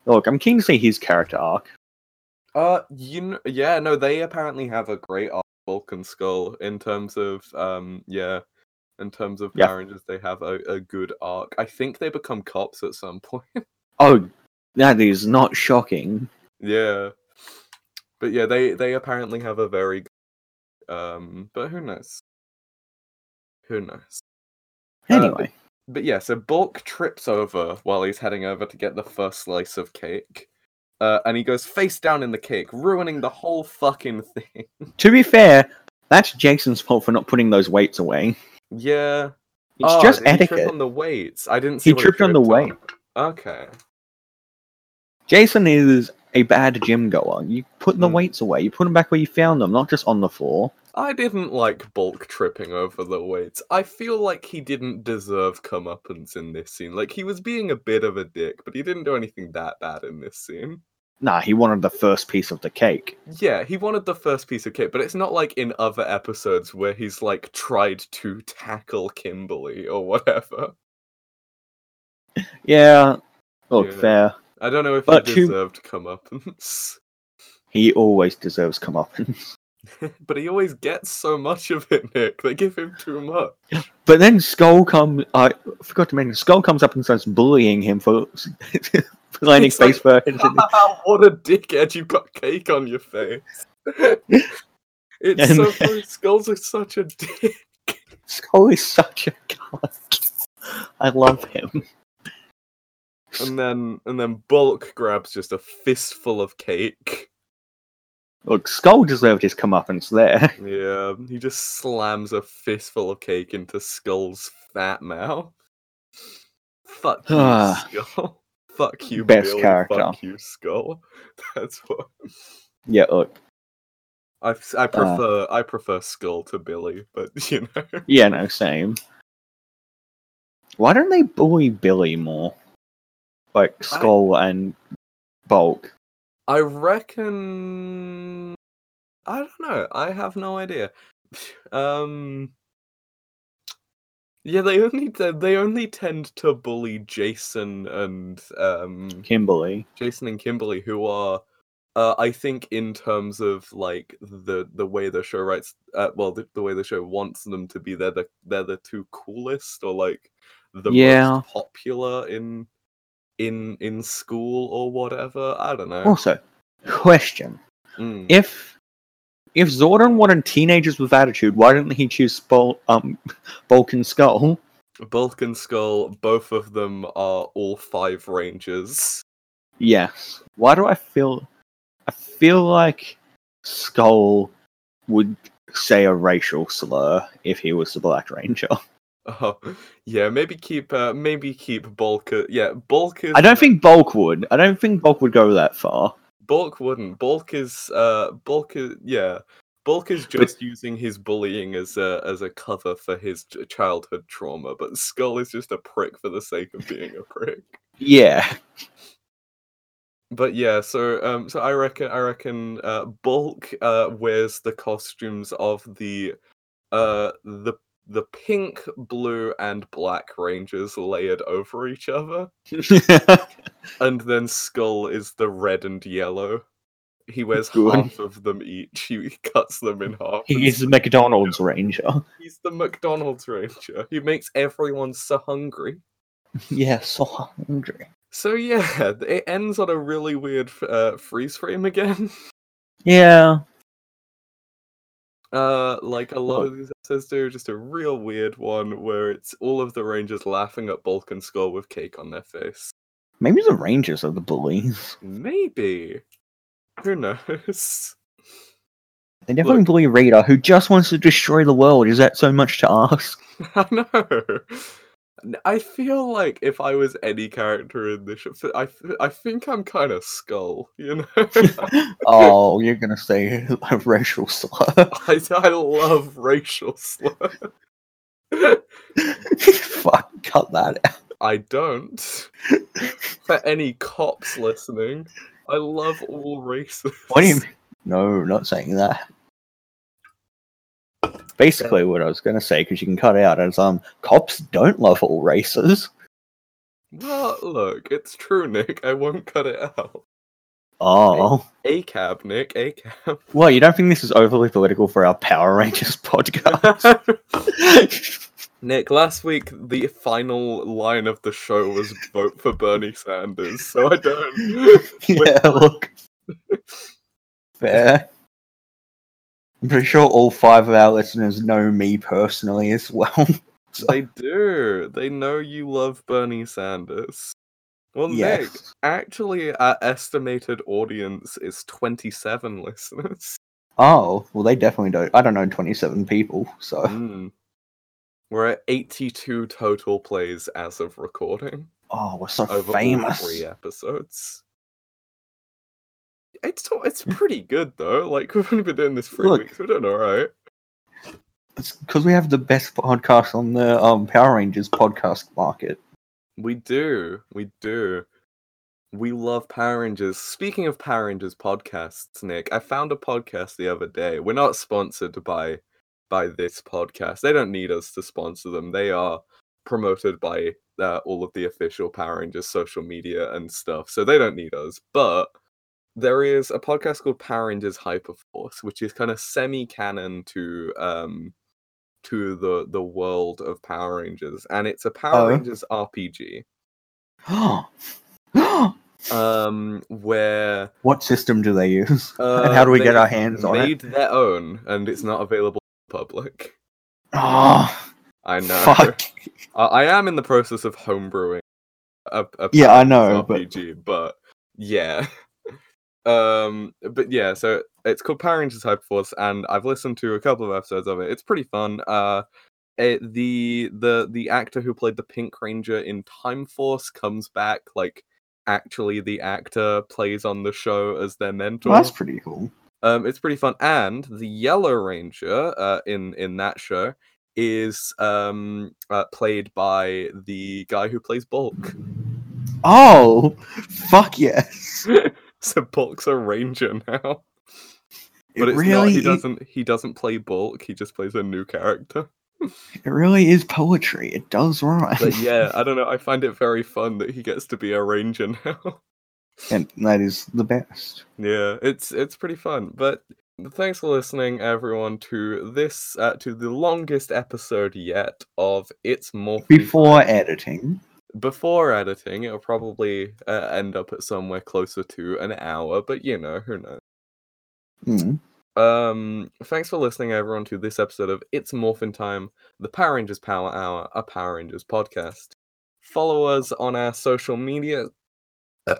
Speaker 1: look, I'm keen to see his character arc.
Speaker 2: Uh, you know, yeah, no, they apparently have a great arc, Vulcan Skull, in terms of um, yeah, in terms of
Speaker 1: Yeah.
Speaker 2: Power Rangers, they have a, a good arc. I think they become cops at some point.
Speaker 1: Oh, that is not shocking.
Speaker 2: yeah, but yeah, they they apparently have a very, good- um, but who knows? Who knows? Uh,
Speaker 1: Anyway,
Speaker 2: But yeah, so Bulk trips over while he's heading over to get the first slice of cake. Uh, and he goes face down in the cake, ruining the whole fucking thing.
Speaker 1: to be fair, that's Jason's fault for not putting those weights away.
Speaker 2: Yeah.
Speaker 1: It's
Speaker 2: Oh,
Speaker 1: just
Speaker 2: did He
Speaker 1: etiquette.
Speaker 2: tripped on the weights. I didn't see.
Speaker 1: He
Speaker 2: what
Speaker 1: tripped on the weight.
Speaker 2: Okay.
Speaker 1: Jason is a bad gym goer. You put the
Speaker 2: Mm.
Speaker 1: weights away. You put them back where you found them, not just on the floor.
Speaker 2: I didn't like bulk tripping over the weights. I feel like he didn't deserve comeuppance in this scene. Like he was being a bit of a dick, but he didn't do anything that bad in this scene.
Speaker 1: Nah, he wanted the first piece of the cake.
Speaker 2: Yeah, he wanted the first piece of kit, but it's not like in other episodes where he's like tried to tackle Kimberly or whatever.
Speaker 1: Yeah, look,
Speaker 2: Yeah.
Speaker 1: fair.
Speaker 2: I don't know if
Speaker 1: But
Speaker 2: he
Speaker 1: you-
Speaker 2: deserved comeuppance,
Speaker 1: He always deserves comeuppance.
Speaker 2: but he always gets so much of it. Nick, they give him too much.
Speaker 1: But then Skull comes. I forgot to mention Skull comes up and starts bullying him for for landing
Speaker 2: It's like-
Speaker 1: face first. and
Speaker 2: what a dickhead! You got cake on your face. it's
Speaker 1: And-
Speaker 2: so funny. Skulls are such a dick.
Speaker 1: Skull is such a cunt. I love him.
Speaker 2: And then, and then Bulk grabs just a fistful of cake.
Speaker 1: Look, Skull deserved his comeuppance there.
Speaker 2: Yeah, he just slams a fistful of cake into Skull's fat mouth. Fuck you,
Speaker 1: Ah.
Speaker 2: Skull. Fuck you,
Speaker 1: Best
Speaker 2: Bill.
Speaker 1: character.
Speaker 2: Fuck you, Skull. That's what
Speaker 1: Yeah, look.
Speaker 2: I,
Speaker 1: Ah.
Speaker 2: I prefer. I prefer Skull to Billy, but you know.
Speaker 1: Yeah, no, same. Why don't they bully Billy more? Like
Speaker 2: I-
Speaker 1: Skull and Bulk.
Speaker 2: I reckon. I don't know. I have no idea. Um. Yeah, they only they they only tend to bully Jason and um
Speaker 1: Kimberly.
Speaker 2: Jason and Kimberly, who are, uh, I think, in terms of like the the way the show writes, uh, well, the, the way the show wants them to be, they're the they're the two coolest or like the
Speaker 1: Yeah.
Speaker 2: most popular in in in school or whatever. I don't know.
Speaker 1: Also, Question:
Speaker 2: Mm.
Speaker 1: If if Zordon wanted teenagers with attitude, why didn't he choose Spol- um, Bulk and Skull?
Speaker 2: Bulk and Skull, both of them are all five rangers.
Speaker 1: Yes. Why do I feel? I feel like Skull would say a racial slur if he was the Black Ranger.
Speaker 2: Oh, yeah, maybe keep, uh, maybe keep Bulk. uh, Yeah, Bulk is.
Speaker 1: I don't think Bulk would. I don't think Bulk would go that far.
Speaker 2: Bulk wouldn't. Bulk is, uh, Bulk is, yeah. Bulk is just using his bullying as a as a cover for his ch- childhood trauma, but Skull is just a prick for the sake of being a prick.
Speaker 1: Yeah.
Speaker 2: But yeah, so um, so I reckon I reckon uh, Bulk uh, wears the costumes of the uh the the pink, blue, and black rangers layered over each other, and then Skull is the red and yellow. He wears
Speaker 1: Good.
Speaker 2: half of them each. He cuts them in half. and
Speaker 1: he is the McDonald's Ranger.
Speaker 2: He's the McDonald's ranger. He makes everyone so hungry.
Speaker 1: Yeah, so hungry.
Speaker 2: So yeah, it ends on a really weird f- uh, freeze frame again.
Speaker 1: Yeah.
Speaker 2: Uh, like a lot
Speaker 1: Oh.
Speaker 2: of these episodes do, just a real weird one where it's all of the Rangers laughing at Bulk and Skull with cake on their face.
Speaker 1: Maybe the Rangers are the bullies.
Speaker 2: Maybe. Who knows?
Speaker 1: They definitely bully Rita, who just wants to destroy the world. Is that so much to ask?
Speaker 2: I know. N- I feel like if I was any character in this show, I, th- I think I'm kind of Skull, you know?
Speaker 1: Oh, you're gonna say a racial slur.
Speaker 2: I, I love racial slurs.
Speaker 1: Fuck, cut that out.
Speaker 2: I don't. For any cops listening, I love all races.
Speaker 1: What do you mean? No, not saying that. Basically, what I was going to say, because you can cut it out, is um, cops don't love all races.
Speaker 2: Well, look, it's true, Nick. I won't cut it out.
Speaker 1: Oh.
Speaker 2: A cab, Nick. A cab.
Speaker 1: Well, you don't think this is overly political for our Power Rangers podcast?
Speaker 2: Nick, last week the final line of the show was vote for Bernie Sanders, so I don't.
Speaker 1: yeah, look. Fair. I'm pretty sure all five of our listeners know me personally as well.
Speaker 2: They do. They know you love Bernie Sanders. Well, Nick,
Speaker 1: yes.
Speaker 2: actually, our estimated audience is 27 listeners.
Speaker 1: Oh, well, they definitely don't. I don't know 27 people, so.
Speaker 2: Mm. We're at 82 total plays as of recording.
Speaker 1: Oh, we're so
Speaker 2: over all
Speaker 1: famous.
Speaker 2: three episodes. It's t- it's pretty good though. Like we've only been doing this three
Speaker 1: Look.
Speaker 2: weeks. We're doing all right.
Speaker 1: It's because we have the best podcast on the um, Power Rangers podcast market.
Speaker 2: We do. We do. We love Power Rangers. Speaking of Power Rangers podcasts, Nick, I found a podcast the other day. We're not sponsored by by this podcast. They don't need us to sponsor them. They are promoted by uh, all of the official Power Rangers social media and stuff. So they don't need us. But there is a podcast called Power Rangers Hyperforce, which is kind of semi-canon to um to the the world of Power Rangers, and it's a Power
Speaker 1: Oh.
Speaker 2: Rangers RPG um where
Speaker 1: what system do they use?
Speaker 2: uh,
Speaker 1: and how do we get
Speaker 2: they
Speaker 1: our hands on it?
Speaker 2: made their own and it's not available to the public
Speaker 1: Oh,
Speaker 2: i know
Speaker 1: fuck.
Speaker 2: I, I am in the process of homebrewing a, a
Speaker 1: Yeah, I
Speaker 2: Paladins
Speaker 1: know, but-
Speaker 2: RPG, but yeah um but yeah so it's called power rangers hyperforce and i've listened to a couple of episodes of it it's pretty fun uh it, the the the actor who played the pink ranger in time force comes back like actually the actor plays on the show as their mentor
Speaker 1: Well, that's pretty cool.
Speaker 2: um, it's pretty fun. And the Yellow Ranger uh, in in that show is um, uh, played by the guy who plays Bulk.
Speaker 1: Oh, fuck yes.
Speaker 2: so Bulk's a ranger now,
Speaker 1: It
Speaker 2: but it's
Speaker 1: really,
Speaker 2: not. He
Speaker 1: is-
Speaker 2: doesn't. He doesn't play Bulk. He just plays a new character.
Speaker 1: it really is poetry. It does rhyme.
Speaker 2: But yeah, I don't know. I find it very fun that he gets to be a ranger now.
Speaker 1: and that is the best.
Speaker 2: Yeah, it's it's pretty fun. But thanks for listening, everyone, to this uh, to the longest episode yet of It's Morphe.
Speaker 1: Before editing,
Speaker 2: before editing, it'll probably uh, end up at somewhere closer to an hour, but you know, who knows.
Speaker 1: Mm.
Speaker 2: Um, thanks for listening, everyone, to this episode of It's Morphin Time, the Power Rangers Power Hour, a Power Rangers podcast. Follow us on our social media. uh,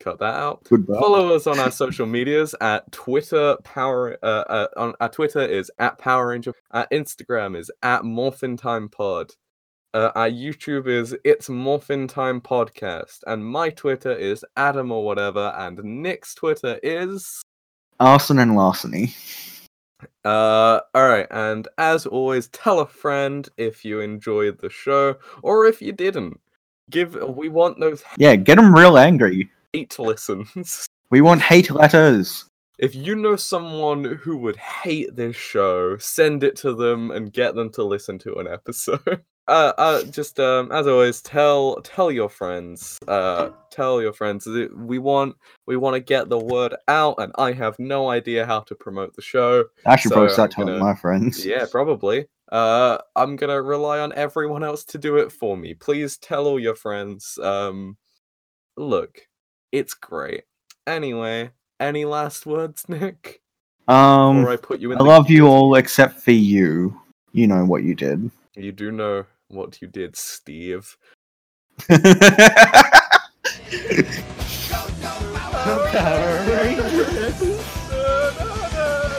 Speaker 2: Cut that out.
Speaker 1: Goodbye.
Speaker 2: Follow us on our social medias at Twitter. Power uh, uh, on our Twitter is at Power Ranger. Our Instagram is at Morphin Time Pod. Uh, our YouTube is It's Morphin Time Podcast, and my Twitter is Adam or whatever, and Nick's Twitter is.
Speaker 1: Arson and larceny.
Speaker 2: Uh, all right, and as always, tell a friend if you enjoyed the show or if you didn't. Give we want those
Speaker 1: Yeah, get them real angry.
Speaker 2: eight listens.
Speaker 1: We want hate letters.
Speaker 2: If you know someone who would hate this show, send it to them and get them to listen to an episode. Uh, uh, just um, as always, tell tell your friends. Uh, tell your friends. that We want we want to get the word out, and I have no idea how to promote the show.
Speaker 1: I should
Speaker 2: So,
Speaker 1: probably start
Speaker 2: I'm
Speaker 1: telling
Speaker 2: gonna-
Speaker 1: my friends.
Speaker 2: Yeah, probably. Uh, I'm gonna rely on everyone else to do it for me. Please tell all your friends. Um, look, it's great. Anyway, any last words, Nick?
Speaker 1: Um,
Speaker 2: Before I put you
Speaker 1: I
Speaker 2: in. the
Speaker 1: love you
Speaker 2: queue?
Speaker 1: all except for you. You know what you did.
Speaker 2: You do know what you did, Steve.
Speaker 1: Power Rangers.
Speaker 2: Da-da-da.